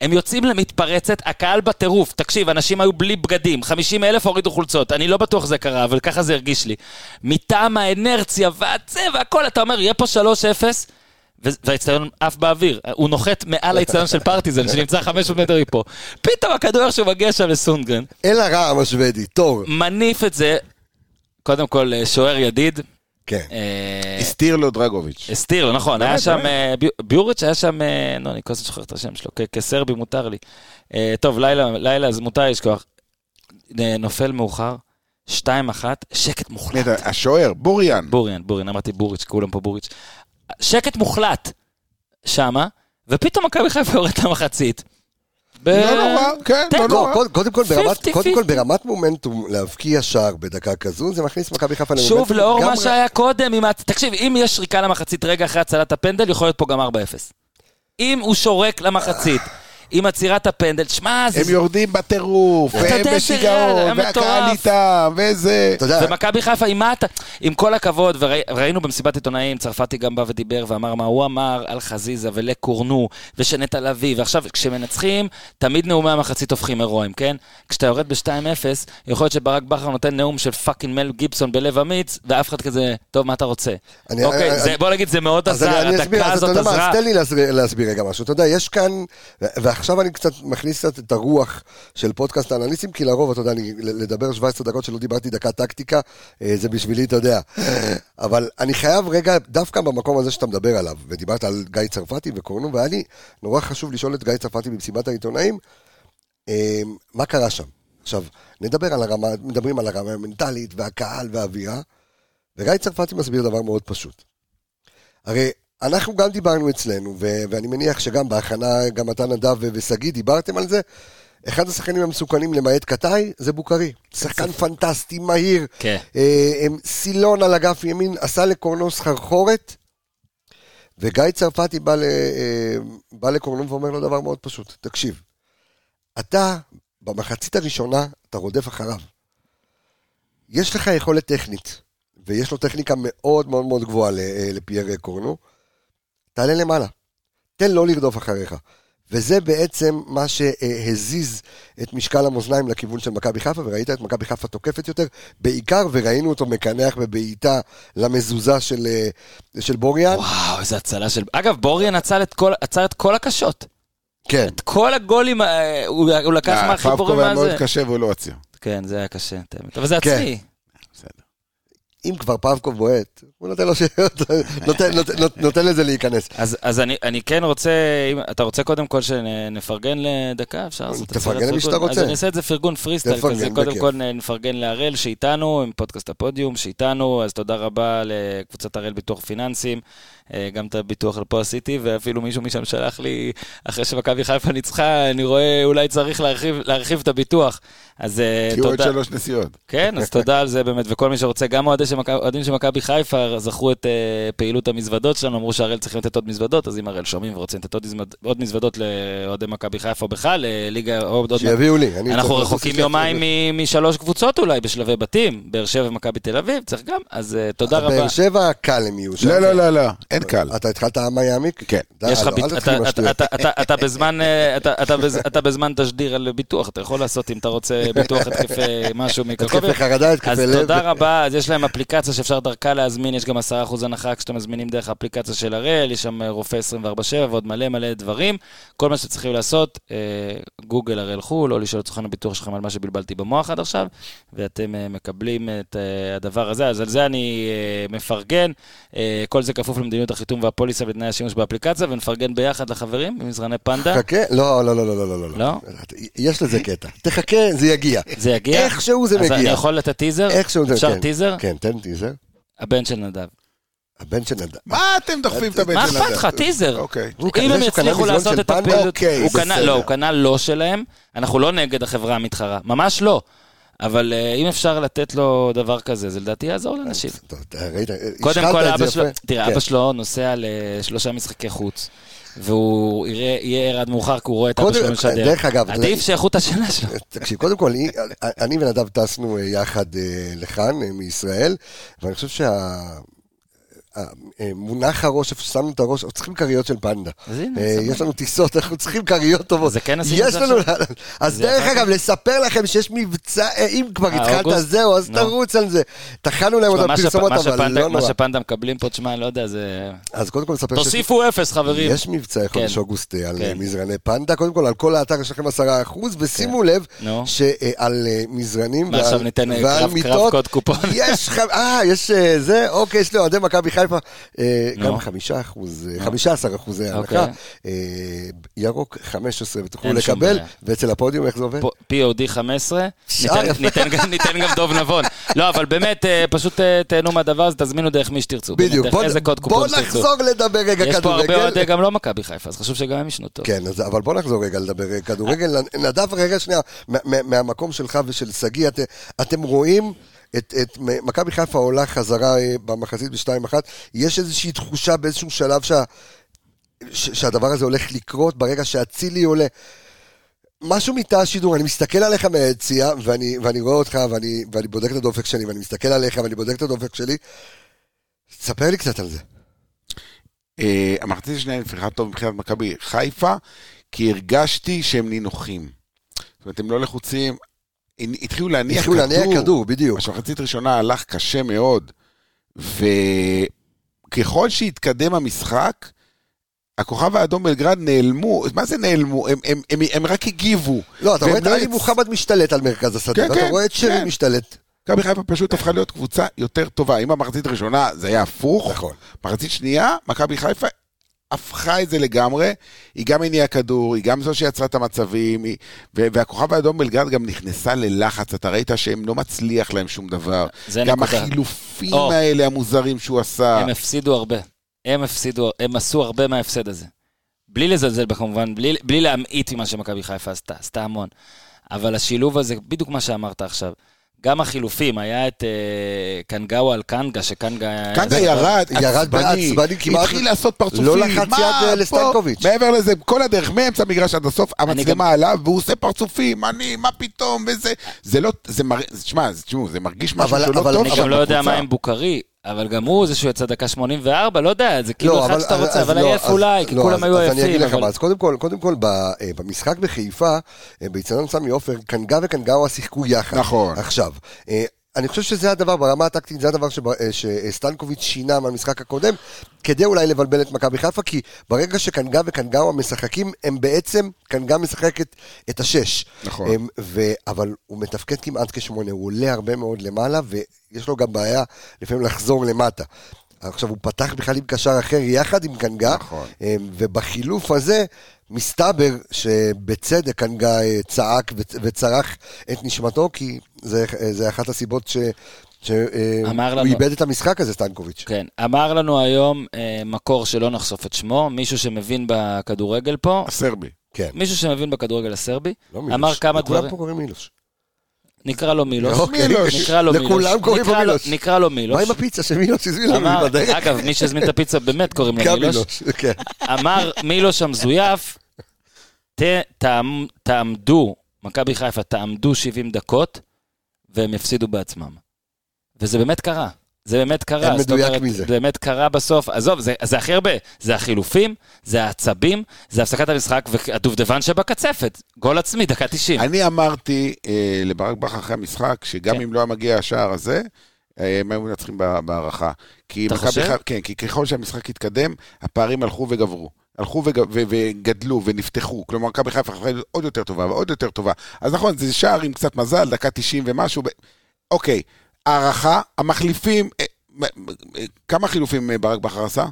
הם יוצאים למתפרצת, הקהל בטירוף. תקשיב, אנשים היו בלי בגדים, 50 אלף הורידו חולצות. אני לא בטוח שזה קרה, אבל ככה זה הרגיש לי. מטעם האנרציה והצבע, הכל, אתה אומר, יהיה פה 3-0, ו- והאיצטדיון עף באוויר. הוא נוחת מעל האיצטדיון של פרטיזן, שנמצא 500 מטר מפה. פתאום הכדור איך שהוא מגיע שם לסונגרן, אל הרעם השוודי, תור. מניף את זה, קודם כל, אה, שוער ידיד. כן. אה, הסתיר לו דרגוביץ'. הסתיר לו, נכון, היה באמת, שם, באמת. אה, ביו- ביוריץ' היה שם, אה, נו, אני כל הזמן שוכח את השם שלו, כ- כסרבי מותר לי. אה, טוב, לילה, לילה, אז מותר לשכוח. אה, נופל מאוחר, 2-1, שקט נטע, מוחלט. השוער, בוריאן. בוריאן, בוריאן, אמרתי בוריץ', כולם פה בוריץ'. שקט מוחלט שמה, ופתאום מכבי חיפה יורדת למחצית. ב- לא נורא, כן, אה. תיקו. לא לא, נורא. קוד- קודם כל ברמת- 50-50. קודם כל ברמת מומנטום, להבקיע שער בדקה כזו, זה מכניס מכבי חיפה שוב, למומנטום. לאור גם מה ר- שהיה קודם, עם ה- תקשיב, אם יש שריקה למחצית רגע אחרי הצלת הפנדל, יכול להיות פה גם 4-0. אם הוא שורק למחצית, עם עצירת הפנדל, שמע, זה... הם יורדים בטירוף, אתה והם יודע, זה בשיגעון, ריאל, המטורף. והקהל איתם, וזה. אתה יודע, ומכבי חיפה, עם מה אתה... עם כל הכבוד, וראינו במסיבת עיתונאים, צרפתי גם בא ודיבר ואמר מה הוא אמר על חזיזה ולקורנו ושנטע לביא, ועכשיו כשמנצחים, תמיד נאומי המחצית הופכים הירואים, כן? כשאתה יורד ב-2-0, יכול להיות שברק בכר נותן נאום של פאקינג מל גיבסון בלב אמיץ, ואף אחד כזה, טוב, מה אתה רוצה? אני- אוקיי, אני- זה- בוא נגיד, זה מאוד אז אני- עזר, אני אסביר, הדקה אז אתה הזאת יודע מה, עזרה. אז תן לי להסביר- להסביר רגע משהו. אתה יודע, יש כאן, ועכשיו אני קצת מכניס קצת את הרוח של פודקאסט האנליסטים, כי לרוב, אתה יודע, אני לדבר 17 דקות שלא דיברתי דקה טקטיקה, אה, זה בשבילי, אתה יודע. אבל אני חייב רגע, דווקא במקום הזה שאתה מדבר עליו, ודיברת על גיא צרפתי וקורנו, והיה לי נורא חשוב לשאול את גיא צרפתי במסיבת העיתונאים, אה, מה קרה שם? עכשיו, נדבר על הרמה, מדברים על הרמה המנטלית והקהל והאווירה, וגיא צרפתי מסביר דבר מאוד פשוט. הרי אנחנו גם דיברנו אצלנו, ו- ואני מניח שגם בהכנה, גם אתה נדב ו- ושגיא דיברתם על זה, אחד השחקנים המסוכנים למעט קטאי זה בוקרי. שחקן פנטסטי, מהיר, כן. אה, הם- סילון על אגף ימין, עשה לקורנו סחרחורת, וגיא צרפתי בא, ל, אה, בא לקורנו ואומר לו דבר מאוד פשוט, תקשיב, אתה במחצית הראשונה, אתה רודף אחריו. יש לך יכולת טכנית, ויש לו טכניקה מאוד מאוד מאוד גבוהה ל- אה, לפייר קורנו, תעלה למעלה, תן לו לרדוף אחריך. וזה בעצם מה שהזיז את משקל המאזניים לכיוון של מכבי חיפה, וראית את מכבי חיפה תוקפת יותר, בעיקר, וראינו אותו מקנח בבעיטה למזוזה של, אה, של בוריאן. וואו, איזה הצלה של... אגב, בוריאן עצר את כל- עצר את כל הקשות. כן. את כל הגולים, אה, הוא הוא לקח אה, מהחיבורים פאבקוב היה מאוד הזה. קשה והוא לא הציע. כן, זה היה קשה, את האמת. אבל זה כן. עצמי. בסדר. אם כבר פאבקוב בועט, הוא נותן לו ש... נותן, נותן, נותן לזה להיכנס. אז, אז אני, אני כן רוצה, אם אתה רוצה קודם כל שנפרגן לדקה, אפשר לעשות את זה? תפרגן למי שאתה אז רוצה. אני אעשה את זה פרגון פריסטייל תפרגן, כזה, קודם בכיף. כל נפרגן להראל שאיתנו, עם פודקאסט הפודיום שאיתנו, אז תודה רבה לקבוצת הראל ביטוח פיננסים, אה, גם את הביטוח על פה עשיתי, ואפילו מישהו משם שלח לי, אחרי שמכבי חיפה ניצחה, אני רואה אולי צריך להרחיב, להרחיב את הביטוח. אז אה, כי הוא עוד תודה. שלוש נסיעות. כן, אז תודה על זה באמת, וכל מי שרוצה, גם אוהדי של מכבי- אוהדים של מכבי חיפה זכרו את אה, פעילות המזוודות שלנו, אמרו שהראל צריכים לתת עוד מזוודות, אז אם הראל שומעים ורוצים לתת עוד מזווד- עוד מזוודות לאוהדי מכבי חיפה בכלל, לליגה עוד... עוד- שיביאו לי. אני אנחנו צריך רחוקים לעשות יומיים שיחת מ- משלוש קבוצות אולי בשלבי בתים, באר שבע ומכבי תל אביב, צריך גם, אז אה, תודה אבל רבה. באר שבע קל הם יהיו שם. לא, לא, לא, לא, אין קל. אתה התחלת עם היעמיק? כן. די, יש לך לא, ביט- אל תתחיל עם אתה- השטויות. אתה- אתה- אתה בזמן, אה, אתה- אתה בז- אתה בזמן תשדיר על ביטוח, אתה יכול לעשות אם אתה רוצה ביטוח התקפי משהו מקרקובי. התקפי חרדה, התקפי אז לב. תודה רבה, אז יש להם אפליקציה שאפשר דרכה להזמין, יש גם 10% הנחה כשאתם מזמינים דרך האפליקציה של הראל, יש שם אה, רופא 24/7 ועוד מלא מלא דברים. כל מה שצריכים לעשות, אה, גוגל הראל חו"ל, או לשאול את סוכן הביטוח שלכם על מה שבלבלתי במוח עד עכשיו, ואתם אה, מקבלים את אה, הדבר הזה, אז על זה אני אה, מפרגן. אה, כל זה כפוף למדיניות החיתום והפוליסה ותנאי השימוש באפליקציה, ונפרגן ביחד לחברים במזרני פנדה. חכה, לא, לא, לא, לא, לא, לא, לא? יש לזה קטע. תחכה, זה יגיע. זה יגיע? איכשהו זה אז אני מגיע. יכול לתת טיזר? איכשהו זה, אפשר כן. טיזר? כן, תן טיזר. הבן של נדב. הבן הבן של נדב. מה אתם דוחפים את הבן אה, מה של אכפת אדם? לך? טיזר. אוקיי. הוא אם כנראה הם שהוא קנה יצליחו מזיון לעשות של את פנדה? הפעילות, אוקיי, הוא קנה, בסדר. לא, הוא קנה לא שלהם, אנחנו לא נגד החברה המתחרה, ממש לא. אבל אה, אם אפשר לתת לו דבר כזה, זה לדעתי יעזור לאנשים. טוב, אתה ראית, קודם השחרת כל, את זה אבא שלו, יפה. תראה, כן. אבא שלו נוסע לשלושה משחקי חוץ, והוא יראה- יהיה ער עד מאוחר, כי הוא רואה את אבא קודם- אה, שלו משדר. דרך אגב, עדיף זה- שאיכות השינה שלו. תקשיב, קודם כל, אני- אני ונדב טסנו אה, יחד אה, לכאן, אה, מישראל, ואני חושב שה... המונח הראש, איפה ששמנו את הראש, אנחנו צריכים כריות של פנדה. אז הנה, אה, סבבה. יש לנו טיסות, אנחנו צריכים כריות טובות. זה כן עשינו את יש זה לנו... עכשיו? אז זה דרך אחר אגב, לספר לכם שיש מבצע, אה, אם כבר אה, התחלת, אוגוסט? אז זהו, אז נו. תרוץ על זה. טחנו להם אותם מה שפ- פרסומות, מה אבל שפנדה- לא מה נורא. שפנדה מקבלים פה, תשמע, אני לא יודע, זה... אז קודם כל נספר שיש- תוסיפו אפס, חברים. יש מבצעי חודש כן. אוגוסט אה, על כן. אה, מזרני פנדה. קודם כל, על כל האתר יש לכם 10%, ושימו לב כן. נו. שעל אה, מזרנים מה, ועל- עכשיו ניתן, אה, ועל קרב- מיטות, קרב קוד קופון? יש ח... אה, יש אה, זה, אוקיי, יש לי אוהדי מכבי חיפה. אה, נו. גם 5%, אה, 15 אחוזי אוקיי. הנחה. אה, ירוק 15 ותוכלו אין שום לקבל, בעיה. ואצל הפודיום איך זה עובד? פה- POD 15, שאר ניתן- יפה. ניתן גם- ניתן גם דוב נבון. לא, אבל באמת, אה, פשוט אה, תהנו מהדבר הזה, תזמינו דרך מי שתרצו. באמת, בדיוק. דרך בוא- איזה קוד בוא קופון שתרצו. נחזור לדבר רגע כדורגל. יש פה הרבה אוהדי גם לא מכבי חיפה, אז חשוב שגם הם ישנו טוב. כן, אז, אבל בוא נחזור רגע לדבר אה, כדורגל. נדב, רגע שנייה, מה- מה- מהמקום שלך ושל שגיא, את, אתם רואים את, את מ- מכבי חיפה עולה חזרה אה, במחצית ב-2-1, יש איזושהי תחושה באיזשהו שלב שה, ש, שהדבר הזה הולך לקרות ברגע שאצילי עולה. משהו מתא השידור, אני מסתכל עליך מהיציע, ואני, ואני רואה אותך, ואני, ואני בודק את הדופק שלי, ואני מסתכל עליך, ואני בודק את הדופק שלי. ספר לי קצת על זה. אה, המחצית השנייה נפתחה טוב מבחינת מכבי חיפה, כי הרגשתי שהם נינוחים. זאת אומרת, הם לא לחוצים. הם התחילו להניע התחילו כדור. להניע כדור, בדיוק. עכשיו, מחצית ראשונה הלך קשה מאוד, וככל שהתקדם המשחק, הכוכב האדום בלגרד נעלמו, מה זה נעלמו? הם, הם, הם, הם רק הגיבו. לא, אתה רואה את והם לא עלי יצ- מוחמד משתלט על מרכז השדה, כן, ואתה כן, רואה את שרי כן. משתלט. מכבי חיפה פשוט הפכה להיות קבוצה יותר טובה. אם המחצית הראשונה זה היה הפוך, נכון. מחצית שנייה, מכבי חיפה הפכה את זה לגמרי. היא גם הניעה כדור, היא גם זו שיצרה את המצבים, היא... ו- והכוכב האדום בלגרד גם נכנסה ללחץ, אתה ראית שהם לא מצליח להם שום דבר. זה גם נקודה. החילופים או. האלה המוזרים שהוא עשה. הם הפסידו הרבה. הם הפסידו, הם עשו הרבה מההפסד הזה. בלי לזלזל בה כמובן, בלי, בלי להמעיט ממה שמכבי חיפה עשתה, עשתה המון. אבל השילוב הזה, בדיוק מה שאמרת עכשיו. גם החילופים, היה את אה, קנגאווה על קנגה, שקנגה... קנגה היה- ירד, ירד בעצבני כמעט. התחיל לעשות פרצופים. לא לחץ מה יד, אה, פה? לסטנקוביץ'. מעבר לזה, כל הדרך, מאמצע המגרש עד הסוף, גם- המצלמה עליו, והוא עושה פרצופים, אני, מה פתאום, וזה... זה לא, זה מרגיש, תשמע, זה- תשמעו, זה מרגיש משהו אבל- שלא אבל טוב. אני גם לא יודע בקבוצה. מה עם בוקרי, אבל גם הוא זה שהוא יצא דקה 84, לא יודע, זה כאילו לא, אחד אבל- שאתה רוצה, אז אבל לא, עייף אז- אולי, כי לא, כולם אז- היו אז אני אגיד עייפים. לך אבל- מה, אז קודם כל, קודם כל, ב- אה, במשחק בחיפה, אה, באיצטדיון סמי עופר, קנגה וקנגאווה שיחקו יחד. נכון. עכשיו, אה, אני חושב שזה הדבר, ברמה הטקטית, זה הדבר שב- אה, שסטנקוביץ' שינה מהמשחק הקודם, כדי אולי לבלבל את מכבי חיפה, כי ברגע שקנגה וקנגאווה משחקים, הם בעצם, קנגה משחקת את השש. נכון. הם- ו... אבל הוא מתפקד כמעט כשמונה, הוא עולה הרבה מאוד למעלה, ויש לו גם בעיה לפעמים לחזור למטה. עכשיו, הוא פתח בכלל עם קשר אחר יחד עם קנגה, נכון. אה, ובחילוף הזה מסתבר שבצדק קנגה אה, צעק וצ- וצרח את נשמתו, כי זה, אה, זה אחת הסיבות ש... אמר שהוא לנו- איבד את המשחק הזה, סטנקוביץ'. כן, אמר לנו היום אה, מקור שלא נחשוף את שמו, מישהו שמבין בכדורגל פה, הסרבי. כן. מישהו שמבין בכדורגל הסרבי, לא מילוש. אמר כמה לכולם דברים. פה קוראים מילוש. נקרא לו מילוש. אוקיי. מילוש. נקרא לו מילוש. לכולם קוראים לו נקרא מילוש. נקרא לו מילוש. מה עם הפיצה שמילוש הזמין לנו אמר- בדרך? אגב, מי שהזמין את הפיצה באמת קוראים לו גם מילוש. מילוש, כן. אמר מילוש המזויף, "ת- תעמ- תעמדו, מכבי חיפה, תעמדו 70 דקות, והם יפסידו בעצמם. וזה באמת קרה. זה באמת קרה. אין זאת מדויק אומרת, מזה. זה באמת קרה בסוף. עזוב, זה, זה הכי הרבה. זה החילופים, זה העצבים, זה הפסקת המשחק, והדובדבן שבקצפת. גול עצמי, דקה 90. אני אמרתי אה, לברק בכר אחרי המשחק, שגם כן. אם לא היה מגיע השער הזה, אה, הם היו מנצחים ב- בהערכה. כי אתה מכבי חושב? חיפה- כן, כי ככל שהמשחק התקדם, הפערים הלכו וגברו. הלכו וג- ו- וגדלו ונפתחו, כלומר, מכבי חיפה יכולה להיות עוד יותר טובה ועוד יותר טובה. אז נכון, זה שער עם קצת מזל, דקה 90 ומשהו. ב- אוקיי, הערכה, המחליפים, אה, מ- מ- אה, כמה חילופים אה, ברק בכר עשה?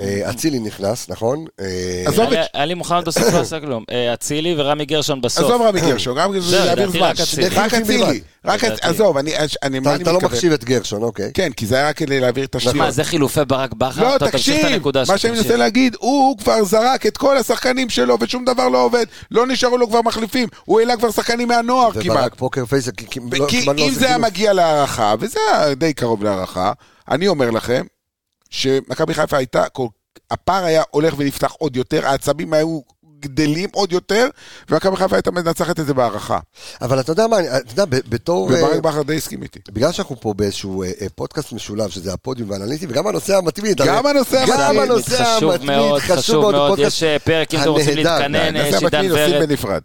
אה, אצילי נכנס, נכון? אה, עזוב את- Mm. היה- היה לי מוחמד בסוף לא עשה כלום. אה, אצילי ורמי גרשון בסוף. עזוב רמי גרשון, רמי גרשון זהו, זה להעביר לדעתי זמן. רק אצילי. רק חילופים אצילי, בלבד. רק לדעתי. אצילי. עזוב, אני, אני, מה אתה אני אתה לא מתכוון? מחשיב את גרשון, אוקיי. כן, כי זה היה כדי להעביר את השטויות. מה, זה חילופי ברק בכר? לא, טוב, תמשיך את תקשיב, הנקודה מה שלך, שאני תמשיך. מנסה להגיד, הוא הוא כבר זרק את כל השחקנים שלו ושום דבר לא עובד, לא נשארו לו כבר מחליפים, הוא העלה כבר שחקנים מהנוער כמעט. וברק פוקר פייס, כי- כי- ו- לא- כי כמעט לא אם עושה זה היה כלום. מגיע להערכה, וזה היה די קרוב להערכה, אני אומר לכם, שמכבי חיפה הייתה, כל- הפער היה הולך ונפתח עוד יותר, העצבים היו גדלים עוד יותר, ומכבי חיפה הייתה מנצחת את זה בהערכה. אבל אתה יודע מה, אני- אתה יודע, ב- בתור... אה, וברק בכר די הסכים איתי. בגלל שאנחנו פה באיזשהו אה, אה, פודקאסט משולב, שזה הפודיום והאנליטי, וגם הנושא המתמיד. גם הרי- הנושא גם המתמיד. הנושא חשוב המתמיד, מאוד, חשוב מאוד, הפודקאסט- יש אה, פרק, אם אתם רוצים הנהדר, להתקנן, די, אה, הנושא יש עידן המתמיד עושים ורד. בנפרד.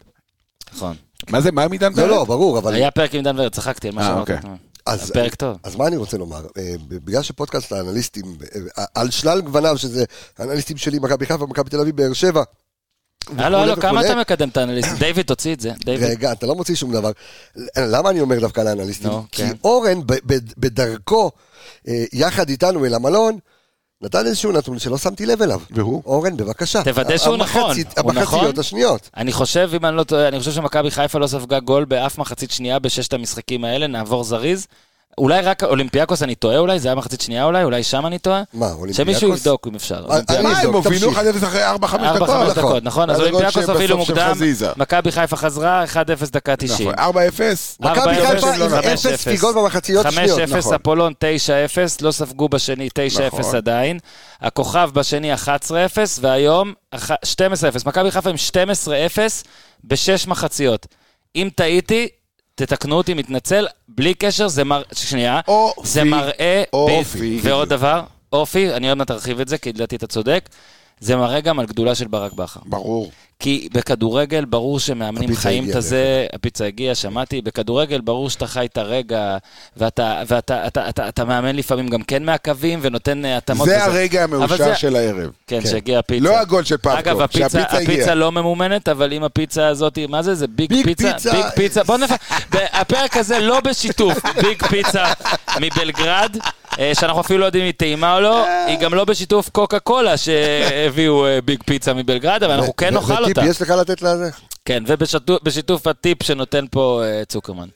נכון. מה זה, מה עם עידן לא, ורד? לא, ברור, אבל... היה פרק עם עידן ורד, צחקתי על מה אה, שאמרת. אוקיי. אז- פרק טוב. אז מה אני רוצה לומר? אה, בגלל שפודקאסט האנליסטים, אה, על שלל גווניו, שזה אנליסטים שלי, מכבי חיפה, מכבי תל אביב, באר שבע. הלו, הלו, וכולי כמה וכולי. אתה מקדם את האנליסט? דיוויד, תוציא את זה. דיוויד. רגע, אתה לא מוציא שום דבר. למה אני אומר דווקא לאנליסטים? נו, כי כן. אורן, ב- ב- בדרכו, אה, יחד איתנו אל המלון, נתן איזשהו נתון שלא שמתי לב אליו. והוא? אורן, בבקשה. תוודא שהוא נכון. המחצית- הוא המחציות נכון? השניות. אני חושב, אם אני לא טועה, אני חושב שמכבי חיפה לא ספגה גול באף מחצית שנייה בששת המשחקים האלה, נעבור זריז. אולי רק אולימפיאקוס, אני טועה אולי? זה היה מחצית שנייה אולי? אולי שם אני טועה? מה, אולימפיאקוס? שמישהו יבדוק אם אפשר. אני- אולימפיאקוס. מה, הם לא, תמשיך. הובילו 1-0 אחרי 4-5 ארבע, אה, חמש דקות? נכון. דקות, נכון, אז ואז הגול אולימפיאקוס שבסוף הובילו של מוקדם, נכון. חזיזה. מכבי חיפה חזרה, 1-0 דקה 90. נכון, 4-0. ארבע, מכבי אפס, חיפה עם לא נכון. אפס אפס. ספיגות במחציות 5-0 שניות. נכון. אפולון 9-0, לא ספגו בשני 9-0 נכון. עדיין. הכוכב בשני 11-0, והיום אח- 12-0. מכבי חיפה עם 12-0 בשש מחציות. אם טעיתי, תתקנו אותי, מתנצל, בלי קשר, זה מראה, שנייה, אופי. זה מראה, אופי. ועוד דבר, אופי, אני עוד מעט ארחיב את זה, כי לדעתי אתה צודק, זה מראה גם על גדולה של ברק בכר. ברור. כי בכדורגל ברור שמאמנים הפיצה חיים את הגיעה הזה, הפיצה הגיעה, שמעתי, בכדורגל ברור שאתה חי את הרגע, ואתה, ואתה אתה, אתה, אתה מאמן לפעמים גם כן מהקווים, ונותן אה, התאמות. זה וזה. הרגע אבל המאושר זה- של הערב. כן, כן. שהגיעה הפיצה. לא הגול של פאבקו, אגב, הפיצה, שהפיצה הפיצה הגיעה. לא ממומנת, אבל אם הפיצה הזאת, מה זה? זה ביג, ביג פיצה, פיצה. ביג פיצה. בוא נפ... הפרק הזה לא בשיתוף ביג פיצה מבלגרד, אה, שאנחנו אפילו לא יודעים אם היא טעימה או לא, היא גם לא בשיתוף קוקה קולה שהביאו אה, ביג פיצה מבלגרד, אבל אנחנו כן ו- נאכל וטיפ אותה. יש לך לתת לזה? כן, ובשיתוף הטיפ שנותן פה אה, צוקרמן.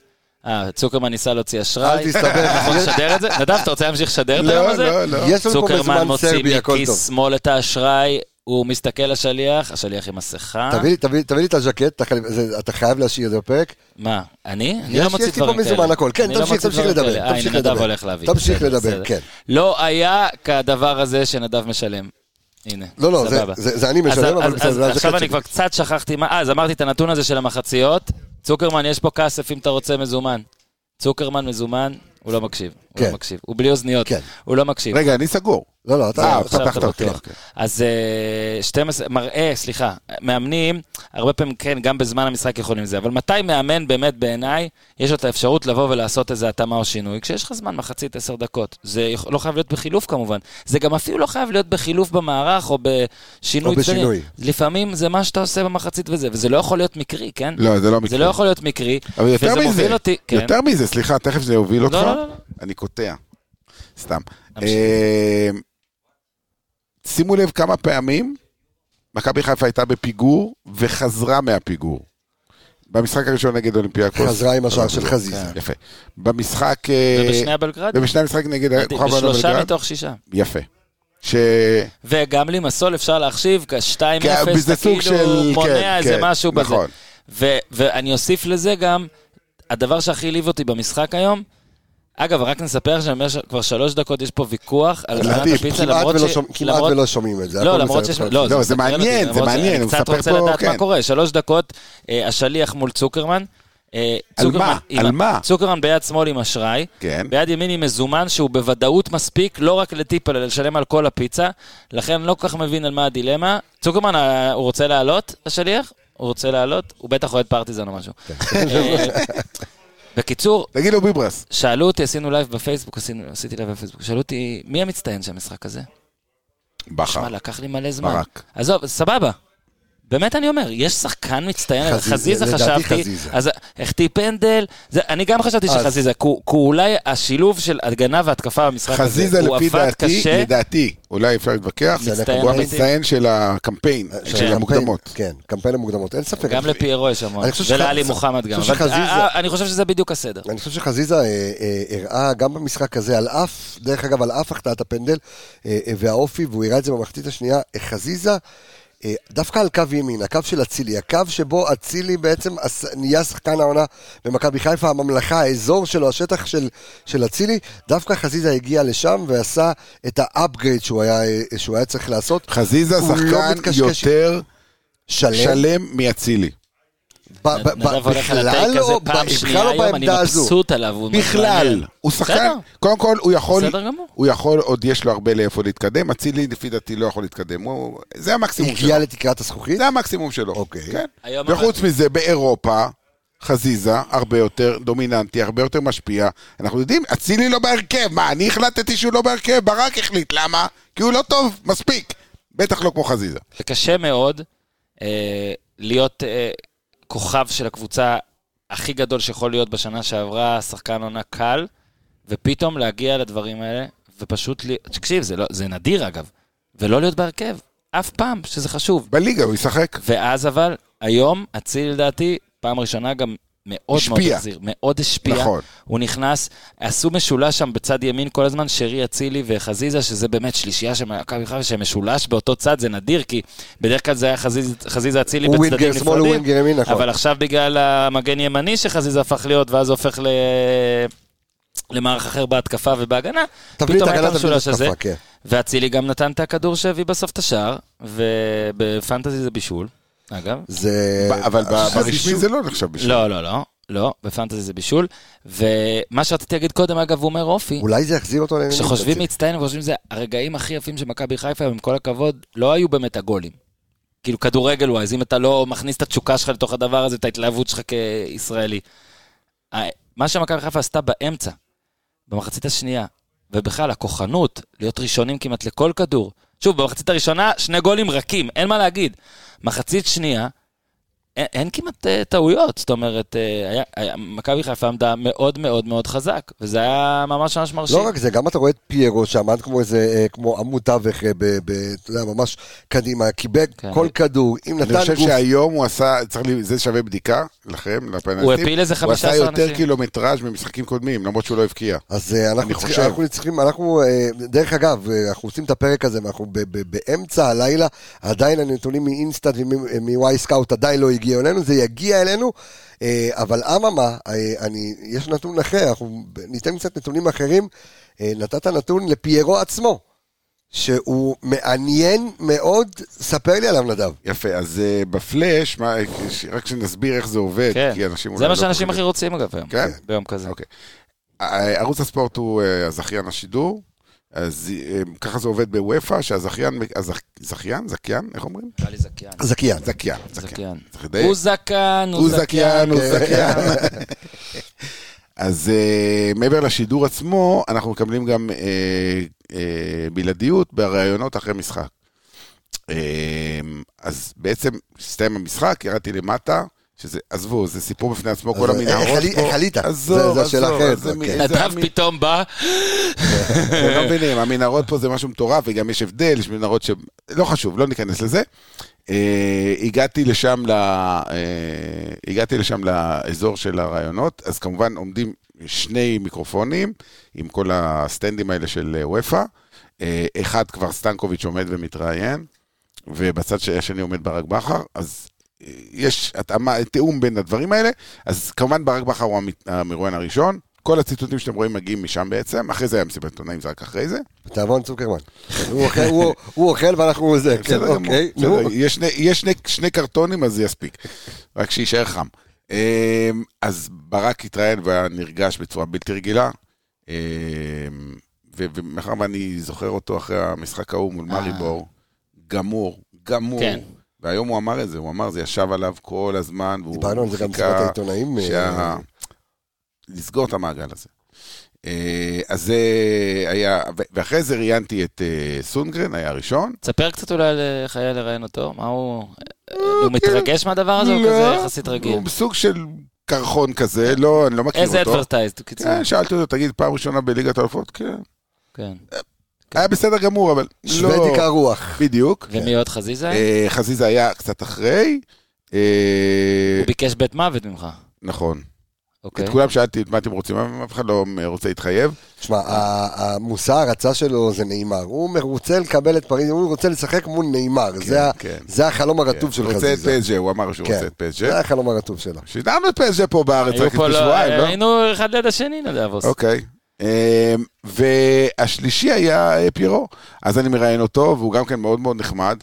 אה, צוקרמן ניסה להוציא אשראי. אל תסתבך. אנחנו נשדר את זה? נדב, אתה רוצה להמשיך לשדר את היום לא, הזה? לא, לא. יש לנו פה צוקרמן בזמן מוציא סרבי, הכל טוב. מכיס שמאל את האשראי, הוא מסתכל לשליח, השליח עם מסכה. תביא לי- תביא תביא לי את הז'קט, אתה חייב- זה- אתה חייב להשאיר את זה בפרק. מה, אני? אני יש- לא מוציא יש לי פה דברים כאלה. מזומן הכל. כן, אני לא תמשיך, מוציא תמשיך דברים לדבר, כאלה. אה, תמשיך הנה, נדב לדבר. הולך להביא. תמשיך בסדר, לדבר, בסדר. כן. לא היה כדבר הזה שנדב משלם. הנה, לא, לא, זה- סבבה. זה זה אני אז- משלם, אבל אז- בסדר, אז זה הז'קט עכשיו אני שלי. כבר קצת שכחתי מה... אה, אז אמרתי את הנתון הזה של המחציות. צוקרמן, יש פה כסף אם אתה רוצה מזומן. צוקרמן מזומן, הוא לא מקשיב. הוא לא כן. מקשיב. הוא בלי אוזניות. כן. הוא לא מקשיב. רגע, אני סגור. לא, לא, אתה... אה, עכשיו פתחת אתה אותי, בטוח. כן. אוקיי. אז אה, 12, מראה, סליחה, מאמנים, הרבה פעמים כן, גם בזמן המשחק יכולים זה, אבל מתי מאמן באמת בעיניי, יש לו את האפשרות לבוא ולעשות איזה התאמה או שינוי? כשיש לך זמן מחצית עשר דקות. זה יכול- לא חייב להיות בחילוף כמובן. זה גם אפילו לא חייב להיות בחילוף במערך או בשינוי. או בשינוי. צדדים. לפעמים זה מה שאתה עושה במחצית וזה, וזה לא יכול להיות מקרי, כן? לא, זה לא זה מקרה. לא יכול להיות מקרי, אבל יותר וזה מזה, מוביל אותי... כן. יותר מזה, סליחה, תכף זה יוביל אותך. לא, לא, לא. אני קוטע. סתם. תמשיך. אה, שימו לב כמה פעמים מכבי חיפה הייתה בפיגור וחזרה מהפיגור. במשחק הראשון נגד כן. אולימפיאקוס. חזרה עם השער של חזיזה. כן. יפה. במשחק... אה, ובשני הבלגרדים? ובשני המשחק נגד הכוכב בשלושה הנובלגרד. מתוך שישה. יפה. ש... וגם למסול אפשר להחשיב, כ-2-0, כן, אתה וזה סוג כאילו של- מונע כן, איזה כן, משהו בזה. נכון. ו- ואני אוסיף לזה גם, הדבר שהכי העליב אותי במשחק היום, אגב, רק נספר לכם, יש- כבר שלוש דקות יש פה ויכוח על הזמנת עדיף, הפיצה, כמעט למרות ולא ש... שומע- כמעט למרות- ולא שומעים את זה. לא, הכל למרות בסדר. שיש... לא, לא, זה מסקרן מעניין, אותי, זה למרות ש- מעניין, אני הוא קצת מספר רוצה פה, לדעת מה כן. קורה, שלוש דקות, אה, השליח מול צוקרמן. אה, על צוקרמן מה? עם על ה- מה? צוקרמן ביד שמאל עם אשראי, כן. ביד ימין עם מזומן שהוא בוודאות מספיק, לא רק לטיפ, אלא לשלם על כל הפיצה, לכן אני לא כל כך מבין על מה הדילמה. צוקרמן, אה, הוא רוצה לעלות, השליח? הוא רוצה לעלות? הוא בטח אוהד פרטיזן או משהו. כן. אה, בקיצור, תגיד לו ביברס. שאלו אותי, עשינו לייב בפייסבוק, עשינו, עשיתי לייב בפייסבוק, שאלו אותי, מי המצטיין של המשחק הזה? בכר. שמע, לקח לי מלא זמן. ברק. עזוב, סבבה. באמת אני אומר, יש שחקן מצטיין, חזיזה, חזיזה לדעתי חשבתי, חזיזה. אז החטיא פנדל, זה, אני גם חשבתי אז- שחזיזה, כי הוא כי הוא אולי השילוב של הגנה והתקפה במשחק הזה, חזיזה הוא לפי עבד דעתי, קשה, לדעתי, אולי אפשר להתווכח, מצטיין, הוא הייתי- המצטיין של הקמפיין, אה, של של הקמפיין, המוקדמות. כן, קמפיין המוקדמות, אין ספק. גם לפיירו יש המון, אני חושב שחז- ולעלי מוחמד אני גם, חושב אבל- שחזיזה- אה, אה, אני חושב שזה בדיוק הסדר. אני חושב שחזיזה אה, אה, הראה גם במשחק הזה, על אף, דרך אגב, על אף החטאת הפנדל אה, אה, והאופי, והוא הראה את זה במחצית השנייה, אה, חזיזה, אה, דווקא על קו ימין, הקו של אצילי, הקו שבו אצילי בעצם עש- נהיה שחקן העונה במכבי חיפה, הממלכה, האזור שלו, השטח של, של אצילי, דווקא חזיזה הגיע לשם ועשה את האפגרייד שהוא, היה, אה, שהוא היה צריך לעשות. חזיזה הוא לא שחקן מתקשקש. יותר שלם, שלם מאצילי. ב- ב- ב- נדב הולך על בכלל הטייק הזה לא, פעם בכלל שנייה לא היום, אני בעמדה הזו. מבסוט עליו. הוא מעניין. בכלל, הוא שחקן, בסדר. קודם כל הוא יכול, בסדר גמור. הוא יכול, עוד יש לו הרבה לאיפה להתקדם, אצילי לפי דעתי לא יכול להתקדם, הוא- זה המקסימום שלו, הגיע לתקרת הזכוכית? זה המקסימום שלו, אוקיי. כן. היום וחוץ מזה באירופה, חזיזה הרבה יותר דומיננטי, הרבה יותר משפיע, אנחנו יודעים, אצילי לא בהרכב, מה, אני החלטתי שהוא לא בהרכב, ברק החליט, למה? כי הוא לא טוב, מספיק, בטח לא כמו חזיזה. זה קשה מאוד אה, להיות אה, כוכב של הקבוצה הכי גדול שיכול להיות בשנה שעברה, שחקן עונה קל, ופתאום להגיע לדברים האלה, ופשוט, ל... תקשיב, זה, לא, זה נדיר אגב, ולא להיות בהרכב, אף פעם, שזה חשוב. בליגה הוא ישחק, ואז אבל, היום, אצילי לדעתי, פעם ראשונה גם מאוד מאוד השפיע. החזיר, מאוד השפיע. נכון. הוא נכנס, עשו משולש שם בצד ימין כל הזמן, שרי אצילי וחזיזה, שזה באמת שלישייה של מכבי חיפה, שמשולש באותו צד, זה נדיר, כי בדרך כלל זה היה חזיז- חזיזה אצילי הוא בצדדים ווינגר שמאל, הוא נפרדים, ווינגר ימין, נכון. אבל עכשיו בגלל המגן ימני שחזיזה הפך להיות, ואז הופך ל... למערך אחר בהתקפה ובהגנה, תבנית פתאום היה לא הגנה, את המשולש תבנית הזה, התקפה, כן. ואצילי גם נתן את הכדור שהביא בסוף את השער, ובפנטזי זה בישול, אגב. זה... אה, ב- אבל ב- חזיזה- ברשמי זה לא נחשב בשביל. לא, לא, לא, לא, בפנטזי זה בישול. ומה שרציתי להגיד קודם, אגב, הוא אומר אופי, אולי זה יחזיר אותו לעניינים. כשחושבים בעצם. מצטיין וחושבים זה הרגעים הכי יפים של מכבי חיפה, עם כל הכבוד, לא היו באמת הגולים. כאילו כדורגל ווייז, אם אתה לא מכניס את התשוקה שלך לתוך הדבר הזה, את ההתלהבות שלך כישראלי. ה- מה שמכבי חיפה עשתה באמצע, במחצית השנייה, ובכלל הכוחנות, להיות ראשונים כמעט לכל כדור. שוב, במחצית הראשונה, שני גולים רכים, אין מה להגיד. מחצית שנייה, אין, אין כמעט אה, טעויות, זאת אומרת, אה, היה- היה- מכבי חיפה עמדה מאוד מאוד מאוד חזק, וזה היה ממש ממש מרשים. לא רק זה, גם אתה רואה את פיירו שעמד כמו איזה, אה, כמו עמוד תווך, אה, ב- ב- אתה יודע, ממש קדימה, קיבל כן. כל כדור, אם אני נתן חושב גוף, שהיום הוא עשה, צריך לי, זה שווה בדיקה לכם, לפנלסטים. הוא הפיל איזה 15 הוא עשה יותר אנשים. קילומטראז' ממשחקים קודמים, למרות שהוא לא הבקיע. אז אה, אנחנו אני צריכים, חושב. אנחנו צריכים, אנחנו, אה, דרך אגב, אה, אנחנו עושים את הפרק הזה, ואנחנו ב- ב- באמצע הלילה, עדיין הנתונים מאינסטאט ומוואי סקאוט עדיין לא הגיעו אלינו, זה יגיע אלינו, אה, אבל אממה, אה, אני, יש נתון אחר, אנחנו ניתן קצת נתונים אחרים, אה, נתת נתון לפיירו עצמו. שהוא מעניין מאוד, ספר לי עליו נדב. יפה, אז אה, בפלאש, מה, ש- רק שנסביר איך זה עובד, כן, כי אנשים זה אולי מה לא שאנשים הכי זוכרים. רוצים אגב היום, כן? ביום כזה. אוקיי. ע- ערוץ הספורט הוא אה, הזכיין השידור, אז אה, ככה זה עובד בוופא, שהזכיין, הזכ- זכיין, זכיין, איך אומרים? נראה לי זכיין. זכיין. זכיין, זכיין. זכיין. צריך הוא לדייק. זקן, הוא זכיין, הוא זכיין. אז אה, מעבר לשידור עצמו, אנחנו מקבלים גם אה, אה, בלעדיות בראיונות אחרי משחק. אה, אז בעצם, כשהסתיים המשחק, ירדתי למטה, שזה, עזבו, זה סיפור בפני עצמו, אז אה, כל איך המנהרות עלי- פה. איך עלית? עזוב, זה- עזוב, זה שאלה אחרת, זה מ- אוקיי. זה נדב המ- פתאום בא, אתם לא מבינים, המנהרות פה זה משהו מטורף, וגם יש הבדל, יש מנהרות ש... לא חשוב, לא ניכנס לזה. אה, הגעתי לשם, ל... אה, הגעתי לשם לאזור של הרעיונות, אז כמובן עומדים שני מיקרופונים עם כל הסטנדים האלה של אה, וופא. אה, אחד כבר סטנקוביץ' עומד ומתראיין, ובצד השני עומד ברק בכר, אז יש התאמה, תיאום בין הדברים האלה, אז כמובן ברק בכר הוא המ- המרואיין הראשון, כל הציטוטים שאתם רואים מגיעים משם בעצם, אחרי זה היה מסיבת עיתונאים, זה רק אחרי זה. תיאבון צוקרמן. הוא אוכל- הוא- הוא אוכל ואנחנו זה, כן, בסדר גמור. אוקיי, בסדר, נו. יש שני- יש שני- שני קרטונים, אז זה יספיק. רק שיישאר חם. אמ, אז ברק התראיין והיה נרגש בצורה בלתי רגילה. אמ, ו- ומאחר ואני זוכר אותו אחרי המשחק ההוא מול אה. מריבור, גמור, גמור. כן. והיום הוא אמר את זה, הוא אמר, זה ישב עליו כל הזמן, והוא דיברנו על זה גם בסביבת חיכה העיתונאים. שה... אה, לסגור את המעגל הזה. אה, אז זה היה, ו- ואחרי זה ראיינתי את אה, סונגרן, היה הראשון. תספר קצת אולי איך היה לראיין אותו, מה הוא... אה, הוא מתרגש מהדבר הזה, הוא אה, כן. לא. כזה יחסית רגיל. כן. הוא בסוג של קרחון כזה, לא, אני לא מכיר איזה אותו. אדברטייזד, קיצור. כן, שאלתי אותו, תגיד, פעם ראשונה בליגת האלופות? כן. כן. היה בסדר גמור, אבל שוודי לא... קרוח. בדיוק. ומי עוד חזיזה? אה, חזיזה היה קצת אחרי. אה, הוא ביקש בית מוות ממך. נכון. אוקיי. את כולם שאלתי מה אתם רוצים, אבל אף אחד לא רוצה להתחייב. תשמע, ה- המושא הרצה שלו זה נאמר. הוא מ- רוצה לקבל את פריז, הוא רוצה לשחק מול נאמר. זה ה- כן. זה החלום הרטוב של הוא רוצה את חזיזה. פז'ה, הוא אמר שהוא כן. רוצה את פז'ה. זה החלום הרטוב לא שלו. שידענו את פז'ה פה בארץ היו רק פה לפני לא... שבועיים, לא? היינו אחד ליד השני, נדב עושה. אוקיי. אמ, והשלישי היה אה, פירו, אז אני מראיין אותו, והוא גם כן מאוד מאוד נחמד.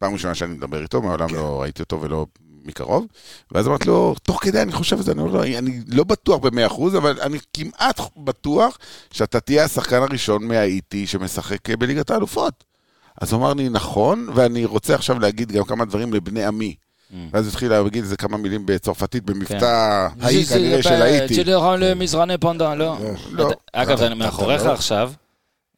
פעם ראשונה שאני מדבר איתו, מעולם לא ראיתי אותו ולא מקרוב. ואז אמרתי לו, תוך כדי אני חושב על זה, אני אומר לו, אני לא בטוח במאה אחוז, אבל אני כמעט בטוח שאתה תהיה השחקן הראשון מהאיטי שמשחק אה, בליגת האלופות. אז הוא אמר לי, נכון, ואני רוצה עכשיו להגיד גם כמה דברים לבני עמי. ואז הוא התחיל להגיד איזה כמה מילים בצרפתית, במבטא כן. האי- כנראה של האיטי. כן. צ'ילי אורן למזרני פונדה, לא. לא. אתה- אגב, אני מאחוריך לא. עכשיו,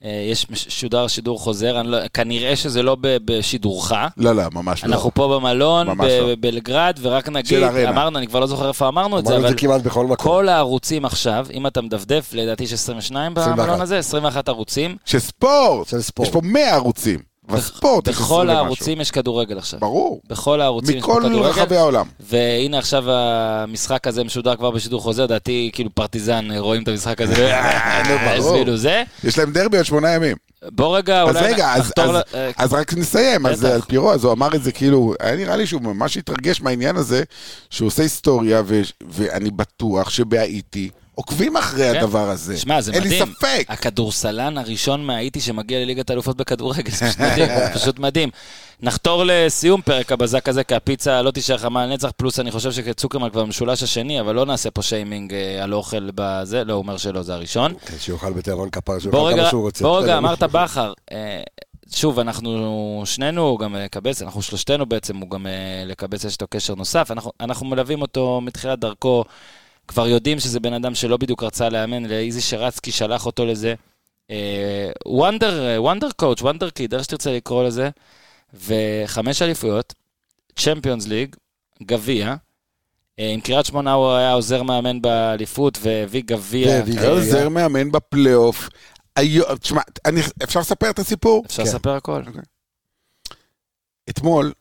אה, יש מש- שודר שידור חוזר, אני לא- כנראה שזה לא ב- בשידורך. לא, לא, ממש לא. אנחנו פה במלון, ממש ב- לא. בבלגרד, ורק נגיד, של ארנה. אמרנו, אני כבר לא זוכר איפה אמרנו את זה, אמרנו אבל את זה כמעט בכל מקום. כל הערוצים עכשיו, אם אתה מדפדף, לדעתי יש 22 במלון 21. הזה, 21 ערוצים. שספורט, של ספורט. יש פה 100 ערוצים, בספורט יש 20 בכל ומשהו. הערוצים יש כדורגל עכשיו. ברור, בכל הערוצים יש פה מכל כדורגל. רחבי העולם. והנה עכשיו המשחק הזה משודר כבר בשידור חוזר, דעתי כאילו פרטיזן, רואים את המשחק הזה, אה, ברור. הסבירו זה. יש להם דרבי עוד שמונה ימים. בוא רגע, אז אולי רגע, אז- נחתור אז- ל- אה, אז רק נסיים, אז אה, בטח. על פירו, אז הוא אמר את זה כאילו, היה נראה לי שהוא ממש התרגש מהעניין הזה, שהוא עושה היסטוריה, ו- ואני בטוח שבהאיטי עוקבים אחרי כן. הדבר הזה. שמע, זה אין מדהים. לי ספק. הכדורסלן הראשון מהאיטי שמגיע לליגת האלופות בכדורגל, זה פשוט מדהים, זה פשוט מדהים. נחתור לסיום פרק הבזק הזה, כי הפיצה לא תישאר חמה לנצח, פלוס אני חושב שצוקרמן כבר במשולש השני, אבל לא נעשה פה שיימינג אה, על אוכל בזה, לא, הוא אומר שלא, זה הראשון. כן, שיאכל בתיאבון כפר, בוא שיאכל רגע, כמה שהוא רוצה. לא, בוא רגע, בסדר. אמרת בכר. אה, שוב, אנחנו שנינו, גם אה, קבס, אנחנו שלושתנו בעצם, הוא גם אה, לקבס יש לו קשר נוסף. אנחנו, אנחנו מלווים אותו מתחילת דרכו, כבר יודעים שזה בן אדם שלא בדיוק רצה לאמן, לאיזי שרצקי שלח אותו לזה. אה, וונדר, וונדר קואוץ', וונדר קיד, איך שתרצה לקרוא לזה. וחמש אליפויות, צ'מפיונס ליג, גביע. אה, עם קריית שמונה הוא היה עוזר מאמן באליפות והביא גביע. אה, והביא היה עוזר מאמן בפלייאוף. היום- תשמע, אני- אפשר לספר את הסיפור? אפשר כן. לספר הכל. אתמול,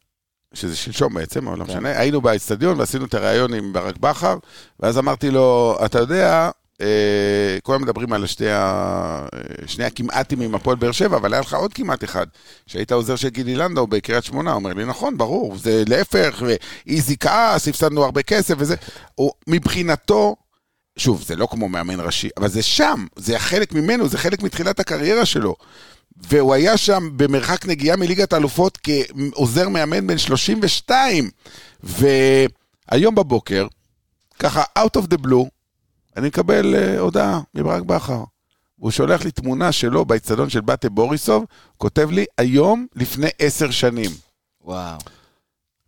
שזה שלשום בעצם, אבל לא כן. משנה, היינו באצטדיון ועשינו את הריאיון עם ברק בכר, ואז אמרתי לו, אתה יודע, אה, כל הזמן מדברים על שתי, ה... אה, שני הכמעטים עם הפועל באר שבע, אבל היה לך עוד כמעט אחד, שהיית עוזר של גידי לנדאו בקריית שמונה, הוא אומר לי, נכון, ברור, זה להפך, ואיזי כעס, הפסדנו הרבה כסף וזה. הוא, מבחינתו, שוב, זה לא כמו מאמן ראשי, אבל זה שם, זה חלק ממנו, זה חלק מתחילת הקריירה שלו. והוא היה שם במרחק נגיעה מליגת האלופות כעוזר מאמן בן 32. והיום בבוקר, ככה, out of the blue, אני מקבל uh, הודעה מברק בכר. הוא שולח לי תמונה שלו באצטדיון של בתה בוריסוב, כותב לי, היום לפני עשר שנים. וואו.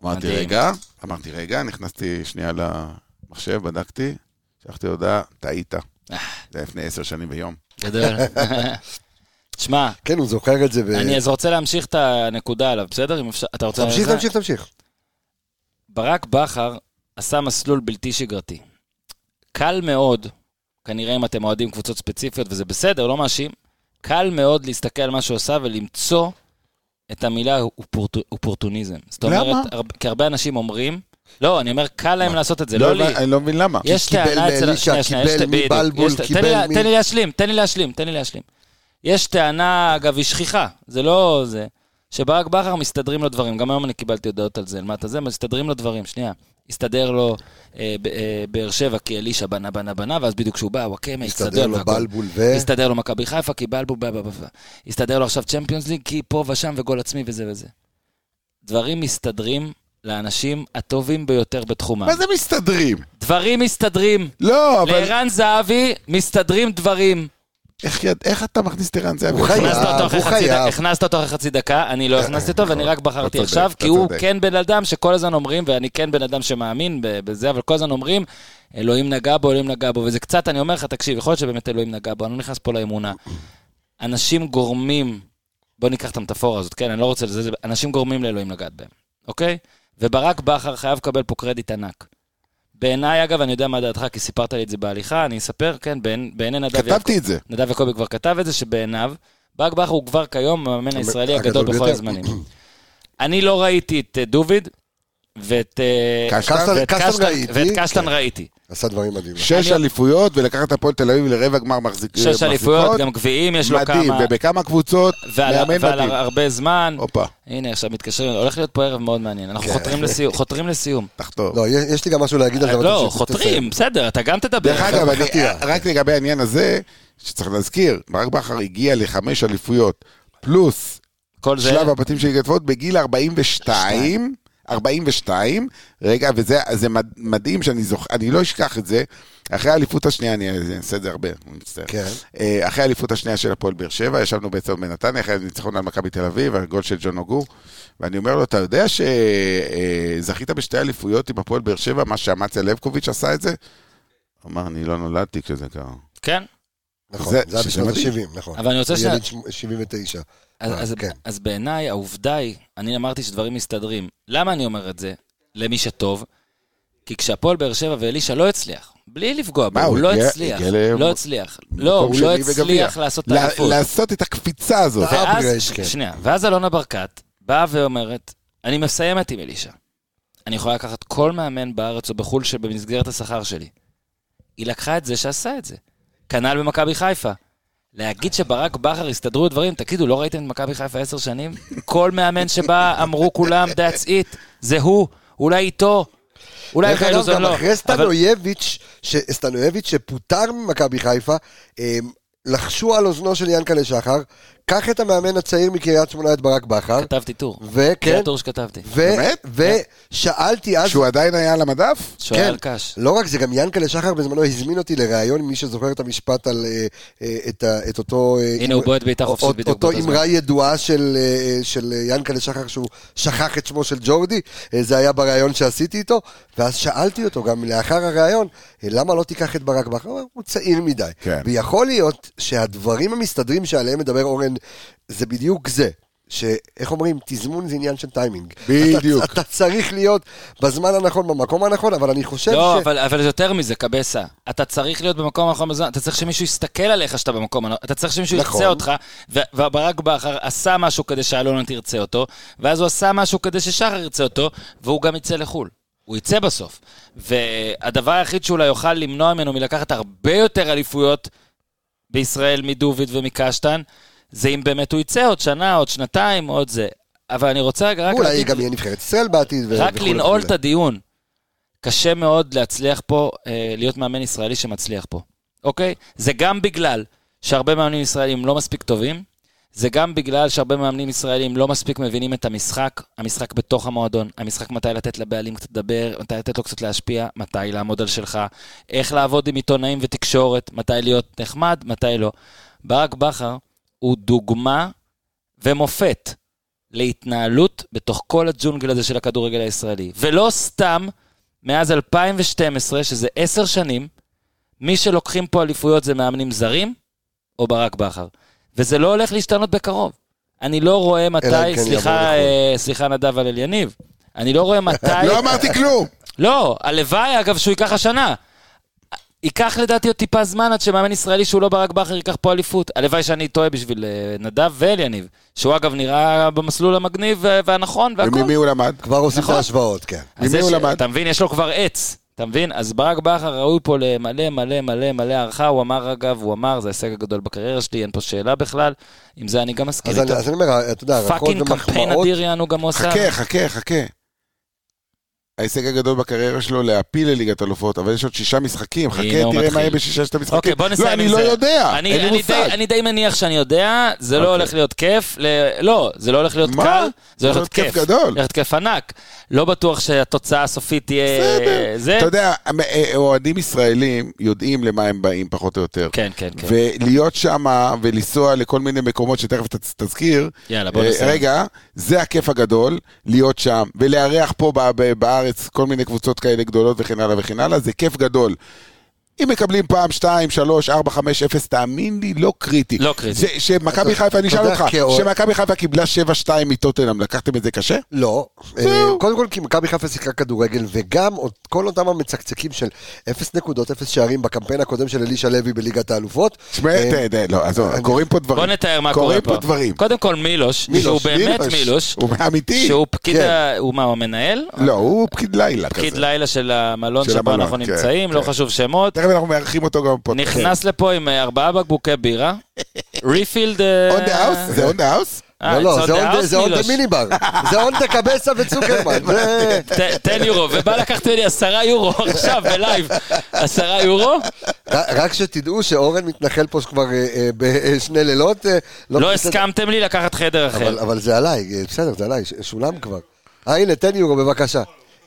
אמרתי, מדהים. רגע, אמרתי, רגע, נכנסתי שנייה למחשב, בדקתי, שלחתי הודעה, אה. טעית. זה היה לפני עשר שנים ויום. גדול. תשמע, כן, הוא זוכר את זה. ו- אני אז רוצה להמשיך את הנקודה עליו, בסדר? אם אפשר, אתה רוצה... תמשיך, זה? תמשיך, תמשיך. ברק בכר עשה מסלול בלתי שגרתי. קל מאוד, כנראה אם אתם אוהדים קבוצות ספציפיות, וזה בסדר, לא מאשים, קל מאוד להסתכל על מה שהוא עשה ולמצוא את המילה אופורט, אופורטוניזם. זאת למה? אומרת, הרבה, כי הרבה אנשים אומרים, לא, אני אומר, קל להם לעשות את זה, לא, לי. הבנ- אני לא מבין למה. יש קיבל טענה אצל... מאלישע, שנייה, שנייה, יש קיבל ט- בדיוק, מבלבול, יש ט- תן לי קיבל לה- מ- תן לי להשלים, תן לי להשלים, תן לי להשלים. יש טענה, אגב, היא שכיחה, זה לא זה, שברק בכר מסתדרים לו דברים. גם היום אני קיבלתי הודעות על זה, על מה אתה זה, מסתדרים לו דברים, שנייה. הסתדר לו אה, ב- אה, באר שבע כי אלישע בנה, בנה, בנה, ואז בדיוק כשהוא בא, וואקמה, הסתדר הסתדר לו והכל. בלבול אה? ו... הסתדר לו מכבי חיפה, כי בלבול, בלה, בלה, בלה. הסתדר לו עכשיו צ'מפיונס ליג, כי פה ושם וגול עצמי וזה וזה. דברים מסתדרים לאנשים הטובים ביותר בתחומם. מה זה מסתדרים? דברים מסתדרים. לא, אבל לערן זהבי מסתדרים דברים. איך יד- איך אתה מכניס את ערן זהבי? הוא חייב. הכנסת אותו אחרי הוא חצי דקה, חייב. הכנסת אותו אחרי חצי דקה, אני לא הכנסתי אותו, ואני רק בחרתי אה, נכון. אתה עכשיו, צודק, אתה כי הוא צודק. כן בן אדם שכל הזמן אומרים, ואני כן בן אדם שמאמין ב- בזה, אבל כל הזמן אומרים, אלוהים נגע בו, אלוהים נגע בו, וזה קצת, אני אומר לך, תקשיב, יכול להיות שבאמת אלוהים נגע בו, אני לא נכנס פה לאמונה. אנשים גורמים, בוא ניקח את המטאפורה הזאת, כן, אני לא רוצה לזה, אנשים גורמים לאלוהים לגעת בהם, אוקיי? וברק בכר חייב לקבל פה קרדיט ענק. בעיניי, אגב, אני יודע מה דעתך, כי סיפרת לי את זה בהליכה, אני אספר, כן, בעין- בעיני נדב כתבתי את זה. נדב יעקבי כבר כתב את זה, שבעיניו, ברק בכר הוא כבר כיום המאמן הישראלי הגדול הגדול בכל ביותר. הזמנים. אני לא ראיתי את אה, דוביד ואת אה, קשטן? ואת קשטן ראיתי, ואת כן. קשטן ראיתי. עשה דברים מדהימים. שש אני- אליפויות, ולקח את הפועל תל אביב לרבע גמר מחזיק- מחזיקות. שש אליפויות, גם גביעים, יש לו מדהים, כמה... ובכמה קבוצות, ועל, מאמן ועל מדהים. הרבה זמן. הופה, הנה, עכשיו מתקשרים, הולך להיות פה ערב מאוד מעניין. אנחנו כן. חותרים לסיום. חותרים לסיום. תחתור. לא, יש יש לי גם משהו להגיד על זה. אבל לא, תמשיך, תסיים. חותרים, בסדר, אתה גם תדבר. דרך אגב, אני- חתירה. רק לגבי העניין הזה, שצריך להזכיר, ברק בכר הגיע לחמש אליפויות, פלוס כל זה... שלב הבתים של ליגת וולט בגיל 42, 42, רגע, וזה זה מד- מדהים שאני זוכר, אני לא אשכח את זה. אחרי האליפות השנייה, אני אני אעשה את זה הרבה, אני מצטער. כן. אה, אחרי האליפות השנייה של הפועל באר שבע, ישבנו בעצם בנתניה, אחרי הניצחון על מכבי תל אביב, הגול של ג'ון אוגו, ואני אומר לו, אתה יודע שזכית בשתי אליפויות עם הפועל באר שבע, מה שאמציה לבקוביץ' עשה את זה? הוא אמר, אני לא נולדתי כשזה קרה. כן? נכון, זה- זה היה שזה בשנות מדהים. ה-70, נכון. אבל אני רוצה ש... הוא יליד שמ- 79. אז, אה, אז, כן. אז בעיניי העובדה היא, אני אמרתי שדברים מסתדרים. למה אני אומר את זה? למי שטוב. כי כשהפועל באר שבע ואלישע לא הצליח, בלי לפגוע בו, מה, הוא, הוא לא הגיע- הצליח, הגיע ל- לא הצליח. לא, הוא שני לא בגביע. הצליח לעשות את לה- האליפות. לעשות את הקפיצה הזאת. אתה- ואז, upgrade, ש- כן. שנייה, ואז אלונה ברקת באה ואומרת, אני מסיימת עם אלישע. אני יכולה לקחת כל מאמן בארץ או בחו"ל שבמסגרת השכר שלי. היא לקחה את זה שעשה את זה. כנ"ל במכבי חיפה. להגיד שברק בכר הסתדרו דברים, תגידו, לא ראיתם את מכבי חיפה עשר שנים? כל מאמן שבא אמרו כולם, that's it, זה הוא, אולי איתו, אולי דרך אגב, חלוזון גם לא. אחרי אבל- סטנויביץ', ש- סטנויביץ' שפוטר ממכבי חיפה, אמ, לחשו על אוזנו של ינקלה שחר, קח את המאמן הצעיר מקריית שמונה, את ברק בכר, כתבתי טור. זה וכן, הטור שכתבתי. כן. ו- באמת? ושאלתי אז, שהוא עדיין היה על המדף? שועל קש. לא רק זה, גם ינקלה שחר בזמנו הזמין אותי לראיון, מי שזוכר את המשפט על אה, אה, את ה- את אותו... אה, הנה, הוא בועט בעיטה חופשית אות- בדיוק אותו באותו זמן. אמרה ידועה של, אה, של אה, ינקלה שחר שהוא שכח את שמו של ג'ורדי, אה, זה היה בריאיון שעשיתי איתו, ואז שאלתי אותו גם לאחר הריאיון, אה, למה לא תיקח את ברק בכר? הוא אמר, הוא צעיר מדי. כן. ויכול להיות שהדברים המסתדרים שעליהם מדבר אורן, זה בדיוק זה. שאיך אומרים, תזמון זה עניין של טיימינג. בדיוק. אתה, אתה צריך להיות בזמן הנכון, במקום הנכון, אבל אני חושב לא, ש... אבל, אבל זה יותר מזה, קבסה. אתה צריך להיות במקום הנכון בזמן, אתה צריך שמישהו יסתכל עליך שאתה במקום הנכון, אתה צריך שמישהו נכון. ירצה אותך, ו- וברק בכר עשה משהו כדי שאלונה תרצה אותו, ואז הוא עשה משהו כדי ששחר ירצה אותו, והוא גם יצא לחו"ל. הוא יצא בסוף. והדבר היחיד שאולי יוכל למנוע ממנו מלקחת הרבה יותר אליפויות בישראל מדוביד ומקשטן, זה אם באמת הוא יצא עוד שנה, עוד שנתיים, עוד זה. אבל אני רוצה רגע רק אולי להגיד- גם יהיה נבחרת ישראל בעתיד. ו- רק וכולי לנעול וכולי. את הדיון. קשה מאוד להצליח פה, אה, להיות מאמן ישראלי שמצליח פה, אוקיי? זה גם בגלל שהרבה מאמנים ישראלים לא מספיק טובים, זה גם בגלל שהרבה מאמנים ישראלים לא מספיק מבינים את המשחק, המשחק בתוך המועדון, המשחק מתי לתת לבעלים קצת לדבר, מתי לתת לו קצת להשפיע, מתי לעמוד על שלך, איך לעבוד עם עיתונאים ותקשורת, מתי להיות נחמד, מתי לא. ברק בכר הוא דוגמה ומופת להתנהלות בתוך כל הג'ונגל הזה של הכדורגל הישראלי. ולא סתם, מאז 2012, שזה עשר שנים, מי שלוקחים פה אליפויות זה מאמנים זרים או ברק בכר. וזה לא הולך להשתנות בקרוב. אני לא רואה מתי, אלא אם כן יבואו סליחה, לחו"ל. אה, סליחה נדב על אליניב, אני לא רואה מתי... לא אמרתי כלום. לא, הלוואי אגב שהוא ייקח השנה. ייקח לדעתי עוד טיפה זמן עד שמאמן ישראלי שהוא לא ברק בכר ייקח פה אליפות. הלוואי שאני טועה בשביל אה, נדב ואליניב, שהוא אגב נראה במסלול המגניב אה, והנכון והכל. וממי הוא למד? כבר עושים את נכון. ההשוואות, כן. אז ממי יש- הוא למד? אתה מבין, יש לו כבר עץ. אתה מבין? אז ברק בכר ראוי פה למלא מלא מלא מלא הערכה, הוא אמר אגב, הוא אמר, זה ההישג הגדול בקריירה שלי, אין פה שאלה בכלל, עם זה אני גם מסכים אז אני איתו. אז אני אומר, אה, אתה יודע, הערכות פאקינג קמפיין ומחמאות, אדיר יענו גם הוא עשה. חכה, חכה, חכה. ההישג הגדול בקריירה שלו להעפיל לליגת אלופות, אבל יש עוד שישה משחקים, חכה, הנה תראה הוא מה לא מתחיל. יהיה בשישה משחקים. אוקיי, בוא נסיים לא, עם אני זה. לא יודע, אני- אין לי אני מושג. די- אני די מניח שאני יודע, זה לא אוקיי. הולך להיות כיף, ל- לא, זה לא הולך להיות מה? קל, זה הולך הולך להיות להיות כיף כיף. גדול. הולך להיות כיף ענק. לא בטוח שהתוצאה הסופית תהיה... בסדר. אה, זה? אתה יודע, המ- אה, אוהדים ישראלים יודעים למה הם באים, פחות או יותר. כן, כן, כן. ולהיות שם ולנסוע לכל מיני מקומות שתכף תצ- תזכיר. יאללה, בוא אה, נסיים. רגע, זה הכיף הגדול, להיות שם, ולארח פה ב- ב- בארץ כל מיני קבוצות כאלה גדולות וכן הלאה וכן הלאה, זה כיף גדול. אם מקבלים פעם, שתיים, שלוש, ארבע, חמש, אפס, תאמין לי, לא קריטי. לא קריטי. זה- שמכבי אתה- חיפה, אני אתה אשאל יודע, אותך, כאוהד- שמכבי חיפה קיבלה שבע, שתיים מטוטנאם, לקחתם את זה קשה? לא. זהו. אה, קודם כל, כי מכבי חיפה שיחקה כדורגל, וגם עוד- כל אותם המצקצקים של 0 נקודות, 0 שערים בקמפיין הקודם של אלישע לוי בליגת האלופות. תשמע, אה, תה- תה- לא, עזוב, אני- קורים פה דברים. בוא נתאר מה קורים קורה פה פה. דברים. קודם כל מילוש, שהוא באמת מילוש, הוא אמיתי. שהוא פקיד, כן. ה- הוא מה, הוא המנהל? לא, הוא פקיד לילה כזה. פקיד לילה של המלון של שבו המלון, אנחנו כן, נמצאים, לא כן. חשוב שמות. תכף כן. אנחנו מארחים אותו גם פה. נכנס לפה עם אה, ארבעה בקבוקי בירה. ריפילד... און אה, דה האוס? זה און דה האוס? לא, לא, זה עוד- זה עוד מיניבר. זה עוד הקבסה וצוקרמן. זה- תן יורו, ובא לקחת לי עשרה יורו עכשיו בלייב, עשרה לא יורו, לא ר- רק שתדעו שאורן מתנחל פה כבר בשני לילות. אה, לא בסדר. הסכמתם לי לקחת חדר אחר. אבל, אבל זה עליי, אה, בסדר, זה עליי, ש- שולם כבר. אה, הנה, תן יורו בבקשה.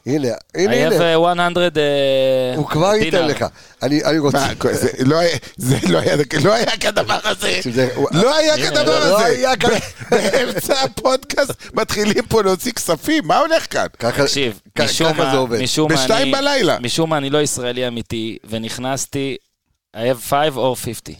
הנה, הנה, I הנה. have 100 אה, הוא כבר ייתן דינר. לך. אני, אני רוצה... מה, זה לא היה- זה לא היה לא היה כדבר הזה. שזה- לא היה הנה, כדבר לא, הזה. לא היה כדבר. באמצע הפודקאסט מתחילים פה להוציא כספים, מה הולך כאן? ככה, תקשיב, כ- משום ככה מה- זה עובד. משום מה בשתיים אני- בלילה. משום מה אני לא ישראלי אמיתי, ונכנסתי, I have 5 or 50.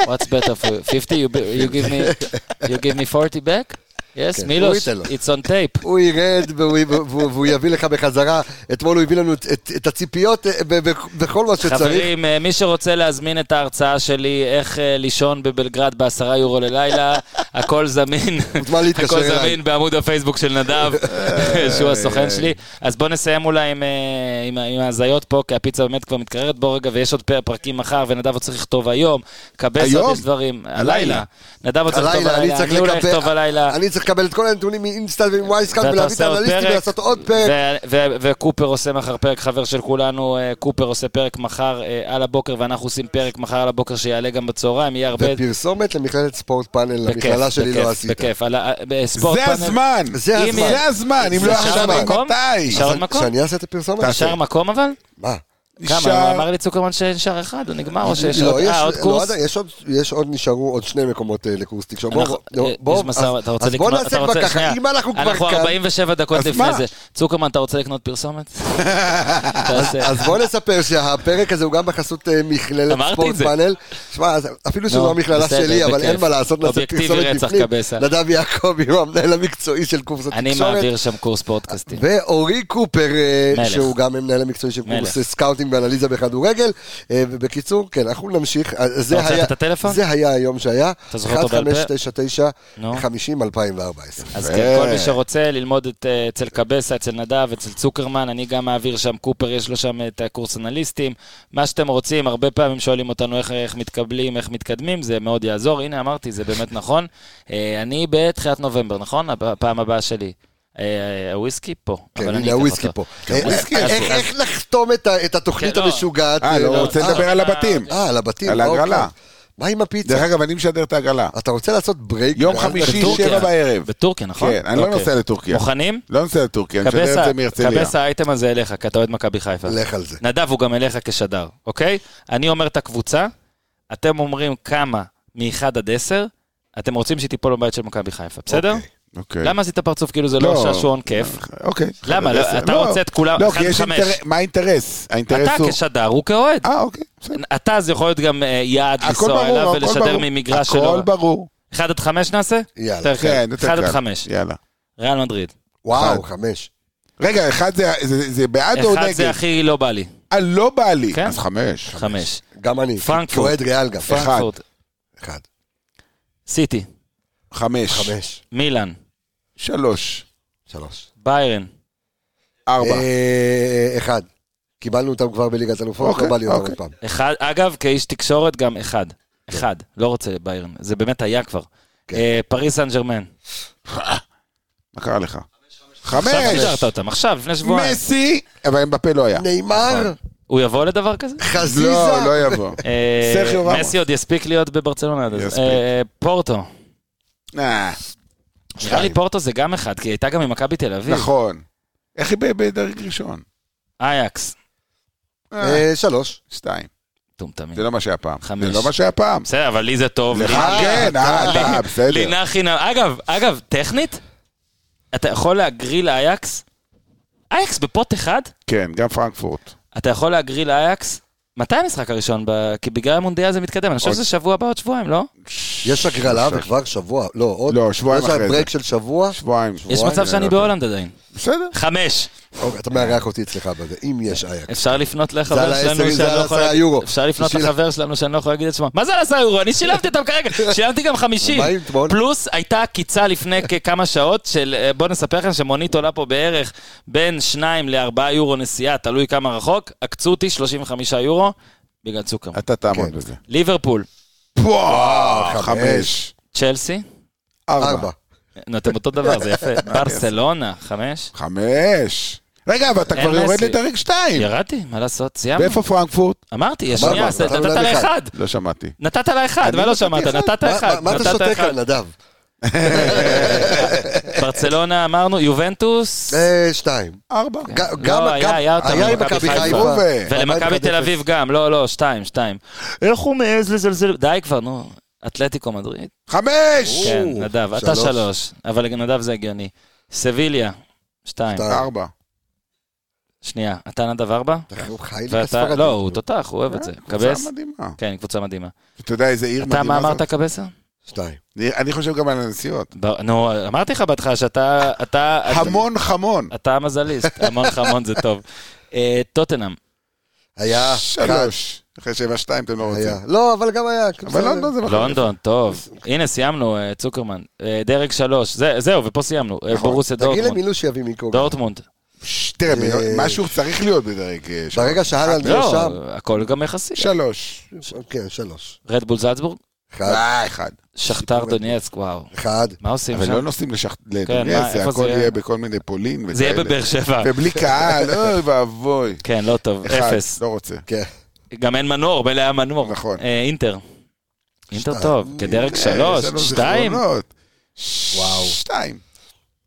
What's better for you? 50? You, be- you give me, you give me 40 back? Yes, כן, הוא מילוש, ייתן לו. it's on tape. הוא ירד והוא, והוא, והוא יביא לך בחזרה. אתמול הוא הביא לנו את, את, את הציפיות אה, ב- ב- בכל מה שצריך. חברים, אה, מי שרוצה להזמין את ההרצאה שלי, איך אה, לישון בבלגרד בעשרה יורו ללילה, הכל זמין. מוזמן להתקשר הכל אליי. אה. זמין בעמוד הפייסבוק של נדב, שהוא הסוכן שלי. אז בואו נסיים אולי עם, אה, עם, ה- עם ההזיות פה, כי הפיצה באמת כבר מתקררת בו רגע, ויש עוד פ- פרקים מחר, ונדב עוד צריך לכתוב היום. קבס היום? עוד יש דברים. הלילה. נדב עוד צריך לכתוב הלילה, אני הלילה, צריך אני אולי לקבל... אכתוב הלילה. אני צריך לקבל את כל הנתונים מאינסטל ומווייסקאט ואתה ולהביא את עושה עוד האנליסטים פרק, ולעשות עוד פרק. ו- ו- וקופר עושה מחר פרק, חבר של כולנו, אה, קופר עושה פרק מחר אה, על הבוקר, ואנחנו עושים פרק מחר על הבוקר שיעלה גם בצהריים, יהיה הרבה... ופרסומת למכללת ספורט פאנל, בכיף, למכללה שלי בכיף, לא עשית. בכיף, על ה- בספורט זה פאנל. הזמן. זה אם הזמן. יהיה- זה הזמן, אם זה לא שער עכשיו, מקום? מתי? שער- עוד אז מקום? שאני אעשה את הפרסומת? נשאר מקום אבל? מה? כמה? נשאר- הוא אמר לי צוקרמן שנשאר אחד, הוא נגמר, או שיש לא, עוד- יש- אה, עוד לא, קורס? עדיין, יש עוד- יש עוד, נשארו עוד שני מקומות אה, לקורס תקשורת. בוא, אנחנו- אה, בוא, יש בוא, משא- אז- אתה רוצה אז בוא לקנות- אתה נעשה כבר רוצה- ככה, שנייה. אם אנחנו אנחנו כבר כאן, 47 דקות אז לפני מה? זה. צוקרמן, אתה רוצה לקנות פרסומת? תעשה. אז בוא נספר שהפרק הזה הוא גם בחסות אה, מכללת אמרתי ספורט את זה. פאנל. שמע, אז אפילו שזו נו, המכללה בסדר, שלי, אבל בכיף. אין מה לעשות, נעשה אובייקטיבי פרסומת רצח, בפנים. קבסה. נדב יעקבי הוא המנהל המקצועי של קורס אני התקשורת. מעביר שם קורס פודקאסטים. ואורי קופר, אה, מלך. שהוא גם המנהל המקצועי של מלך. קורס סקאוטינג ואנליזה בכדורגל. אה, ובקיצור, כן, אנחנו נמשיך. אה, זה רוצה היה- לתת את הטלפון? זה היה היום שהיה. אתה זוכר אותו בעל פה? 1599 נו. 50 2014. אז ו- כן, כל מי שרוצה ללמוד את, אה, אצל קבסה, אצל נדב, אצל צוקרמן, אני גם מעביר שם, קופר, יש לו שם את הקורס אנליסטים. מה שאתם רוצים, הרבה פעמים שואלים אותנו איך, איך מתקבלים, איך מתקדמים, זה מאוד יעזור. הנה, אמרתי, זה באמת נכון. אה, אני בתחילת נובמבר, נכון? הפ- הפעם הבאה שלי. אה, הוויסקי פה. כן, אבל אני הנה אקח הוויסקי אותו. פה. אה, הוויסקי, איך- אז- איך- איך לחתום את ה- את התוכנית כן, לא. המשוגעת? אה, לא, רוצה לדבר על הבתים. אה, על הבתים. על אוקיי. ההגרלה. מה עם דרך הפיצה? אגב, אני משדר את העגלה. אתה רוצה לעשות ברייק? יום ואז חמישי, נדון? אה, בטורקיה. שבע בערב. בטורקיה, נכון? כן, אני לא אוקיי. נוסע לטורקיה. מוכנים? לא נוסע לטורקיה, אני משדר את קבסה, זה מהרצליה. קבסה, האייטם הזה אליך, כי אתה אוהד מכבי חיפה. לך על זה. נדב, הוא גם אליך כשדר, אוקיי? אני אומר את הקבוצה, אתם אומרים כמה מ-1 עד 10, אתם רוצים שהיא תיפול בבית של מכבי חיפה, בסדר? אוקיי. למה עשית פרצוף כאילו זה לא שעשועון כיף? אוקיי. למה? לא, בסדר. אתה לא. רוצה את כולם- לא, אחד כי יש מחמש. אינטרס, מה האינטרס? האינטרס אתה הוא... כשדר, הוא כאוהד. אה, אוקיי. בסדר. אתה, זה יכול להיות גם אה, יעד הכל לנסוע אליו ברור, הכל ולשדר ברור. ממגרש הכל שלו. ברור. 1 עד 5 נעשה? יאללה. יותר קל. כן, יותר 1 קל. עד 5. יאללה. ריאל מדריד. וואו, אחד. חמש. רגע, אחד זה- זה זה בעד או 1 זה נגד? הכי לא בא לי. אה, לא בא לי. כן. אז חמש. 5. גם אני. פרנקפורט. כאוהד ריאל גם. פרנקפורט. אחד. סיטי. חמש. חמש. מילאן. שלוש. שלוש. ביירן. ארבע. אה, אחד. קיבלנו אותם כבר בליגת אלופות, אוקיי, לא בא לי אותם אוקיי. עוד פעם. אחד, אגב, כאיש תקשורת גם אחד. כן. אחד, לא רוצה ביירן, זה באמת היה כבר. כן. אה, פריס סן ג'רמן. אה, מה קרה לך? עכשיו חמש! חידרת אותם, עכשיו, לפני שבועיים. מסי! אבל הם בפה לא היה. נאמר, הוא יבוא לדבר כזה? חזיזה. נכון. לא, לא יבוא. אה, סרחיו רמוס. מסי עוד יספיק להיות בברצלונה עד אז. יספיק. כן. אה, פורטו. אה, נראה לי שתיים. פורטו זה גם אחד, כי היא הייתה גם עם מכבי תל אביב. נכון. איך היא ב- בדרג ראשון? אייקס. אה, אה, שלוש. שתיים. טומטמים. זה לא מה שהיה פעם. חמש. זה לא מה שהיה פעם. בסדר, אבל לי זה טוב. לך לי- כן, אה, אתה, לי בסדר. נחי נ... אגב, אגב, טכנית, אתה יכול להגריל אייקס? אייקס בפוט אחד? כן, גם פרנקפורט. אתה יכול להגריל אייקס? מתי המשחק הראשון? ב- כי בגלל המונדיאל זה מתקדם, אני חושב עוד- שזה שבוע הבא עוד שבועיים, לא? יש הגרלה וכבר שבוע, לא, עוד. לא, שבועיים יש להם אחרי ברייק זה. של שבוע. שבועיים. יש שבועיים, מצב אני שאני לא יודע. בהולנד עדיין. בסדר. חמש. אוקיי, אתה מארח אותי אצלך בזה, אם יש אייק. אפשר לפנות זה על לחבר העשר, שלנו זה שאני על לא יכול... העשרה יורו. אפשר לפנות בשביל- לחבר שלנו שאני לא יכול להגיד את שמו. מה זה על עשרה יורו? אני שילמתי אותם כרגע. שילמתי גם חמישים. מה עם אתמול? פלוס הייתה עקיצה לפני כמה שעות של... אה, בואו נספר לכם שמונית עולה פה בערך בין שניים לארבעה יורו נסיעה, תלוי כמה רחוק. עקצו אותי 35 יורו בגלל צוקר. אתה תעמוד כן. בזה. ליברפול, וואו, חמש. צ'לסי. ארבע. ארבע. נו, אתם אותו דבר, זה יפה. ברסלונה, חמש. חמש. רגע, אבל אתה אין כבר יורד מסי. לדרג שתיים. ירדתי, מה לעשות? סיימנו. ואיפה פרנקפורט? אמרתי, אמרנו, שנייה, נתנו נתת להם אחד. לאחד. לא שמעתי. נתת לאחד, אני מה לא נתתי שמעת? אחד? נתת מה- אחד. מה- מה אתה נתת שותק אחד. כאן, נדב? ברצלונה אמרנו, יובנטוס, אה, שתיים. ארבע. ג- לא, גם- היה- גם- היה אותם היה עם מכבי חיפה. ולמכבי אבל תל אחד אביב גם, לא, לא, שתיים, שתיים. איך הוא מעז לזלזל? די כבר, נו. אתלטיקו מדריד? חמש! כן, נדב, אתה שלוש. שלוש, אבל נדב זה הגיוני. סביליה, שתיים. שתיים. ארבע. שנייה, אתה נדב ארבע? אתה חי לי ואתה, בספרדית. לא, הוא תותח, הוא אוהב את זה. קבס? קבוצה מדהימה. כן, קבוצה מדהימה. אתה יודע איזה עיר מדהימה אתה, מה אמרת זאת? קבסה? שתיים. אני- אני חושב גם על הנסיעות. ב- נו, אמרתי לך בהתחלה שאתה... אתה- המון חמון. אתה המזליסט, המון חמון זה טוב. אה, טוטנאם, היה אחד. שלוש. אחרי שבע שתיים אתם לא רוצים. היה. לא, אבל גם היה. אבל לא- בסדר. לונדון זה בחור. לונדון, טוב. הנה, סיימנו, אה, צוקרמן. אה, דרג שלוש, זה- זהו, ופה סיימנו. אה, נכון. בורוסיה תגיד דורטמונד. למילוש שיביא מיקרו. דורטמונד. ש- תראה, אה, משהו צריך להיות בדרג אה, שלוש. ברגע שהלנד לא לא, שם. הכל גם יחסי. שלוש. כן, שלוש. רדבול זלצבורג, אחד. אה, אחד. שכתר דונייצק, וואו. אחד. מה עושים אבל שם? לא נוסעים כן, מה, לדוניה, זה איפה הכל זה יהיה? יהיה בכל מיני פולין וכאלה. זה יהיה בבאר שבע. ובלי קהל, אוי ואבוי. כן, לא טוב, אחד, אפס. לא רוצה. כן. גם אין מנור, מילא היה מנור. נכון. אה, אינטר. אינטר שתיים. טוב, כדרג אה, שלוש, שתיים. זיכרונות. וואו. שתיים.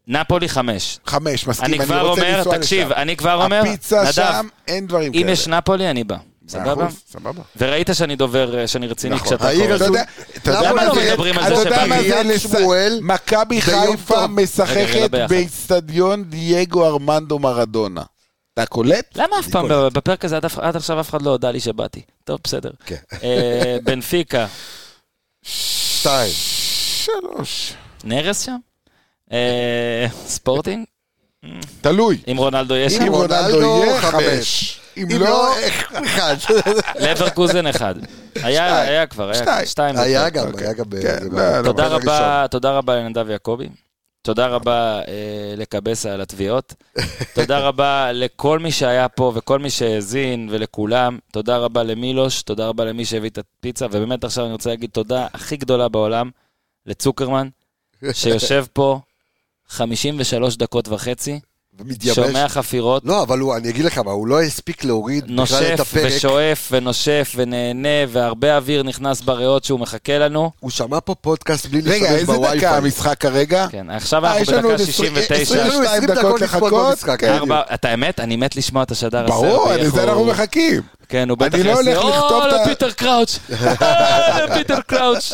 נפולי חמש. חמש, מסכים. אני כבר רוצה אומר, לנסוע תקשיב, לשם. אני כבר אומר, הפיצה נדב, שם, כן. אין דברים אם כאלה. יש נפולי, אני בא. מאה סבבה? אחוז, סבבה. וראית שאני דובר, אה, שאני רציני נכון. כשאתה העיר קורא. אתה הזו- יודע- אתה יודע למה מה לא זה- מדברים על זה אתה יודע שבא- מה זה קריית לס- שמואל מכבי ביום חיפה טוב. רגע, משחקת רגע, ביחד. באיצטדיון דייגו ארמנדו מרדונה. אתה קולט? למה אף פעם ב- בפרק הזה עד אף- עד עכשיו אף אחד לא הודה לי שבאתי? טוב, בסדר. כן. אה, בנפיקה, שתיים. שלוש. נרס שם? אה, ספורטינג? תלוי. אם רונלדו יהיה שם? אם רונלדו רונלדו, יהיה לא, חמש. חמש. אה, אם לא, אחד. לברקוזן אחד. היה היה כבר, היה שתיים. שתיים. זה היה טוב. גם, אוקיי. היה גם. אה, ב- כן, זה לא, בעיה. לא, תודה אבל רבה, תודה רבה לנדב יעקבי. תודה רבה אה, לקבסה על התביעות. תודה רבה לכל מי שהיה פה וכל מי שהאזין ולכולם. תודה רבה למילוש, תודה רבה למי שהביא את הפיצה. ובאמת עכשיו אני רוצה להגיד תודה הכי גדולה בעולם לצוקרמן, שיושב פה 53 דקות וחצי, מתייבש. שומע חפירות, לא, אבל הוא, אני אגיד לך מה, הוא לא הספיק להוריד בכלל את נושף הפרק. ושואף ונושף ונהנה, והרבה אוויר נכנס בריאות שהוא מחכה לנו. הוא שמע פה פודקאסט בלי רגע, להשתמש איזה בווי-פיי. דקה המשחק כרגע? כן, עכשיו אה, יש לנו אנחנו עוד בדקה עשרים- יש לנו 69. 22 דקות דקות לצפות לחכות. במשחק. כן. בדיוק. ארבע, את האמת, אני מת לשמוע את השדר הסרבי. ברור, איך אני- זה הוא- אנחנו מחכים. כן, הוא אני בטח לא הולך לכתוב את את... ה- או, לפיטר קראוץ'. אה, לפיטר קראוץ'.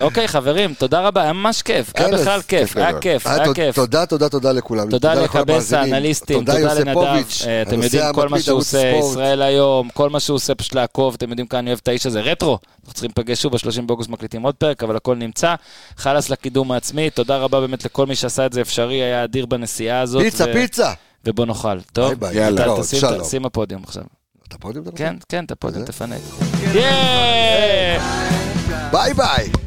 אוקיי, חברים, תודה רבה, היה ממש כיף. היה כן, בכלל אז כיף, כיף היה גדול. כיף, אה, היה תודה- כיף. תודה, תודה, תודה לכולם. תודה לכל לקבס המאזינים. האנליסטים, תודה לנדב. יוסיפוביץ', אה, אתם הנוסע יודעים כל מה המתמיד, שהוא ערוץ עושה, ספורט. ישראל היום, כל מה שהוא עושה, פשוט לעקוב, אתם יודעים כאן, אני אוהב את האיש הזה. רטרו, אנחנו צריכים להיפגש שוב, ב-30 באוגוסט מקליטים עוד פרק, אבל הכל נמצא. חלאס לקידום העצמי, תודה רבה באמת לכל מי שעשה את זה אפשרי, היה אדיר בנסיעה הזאת. פיצה, ו- פיצה. ובוא נאכל, טוב? ביי ביי, יאללה. אתה- להתראות, תשים- שלום. אוקיי. תשים הפודיום עכשיו. אתה פה עוד מדבר? כן. כן, כן, את הפודיום, תפנק. כן. יאיי! ביי ביי.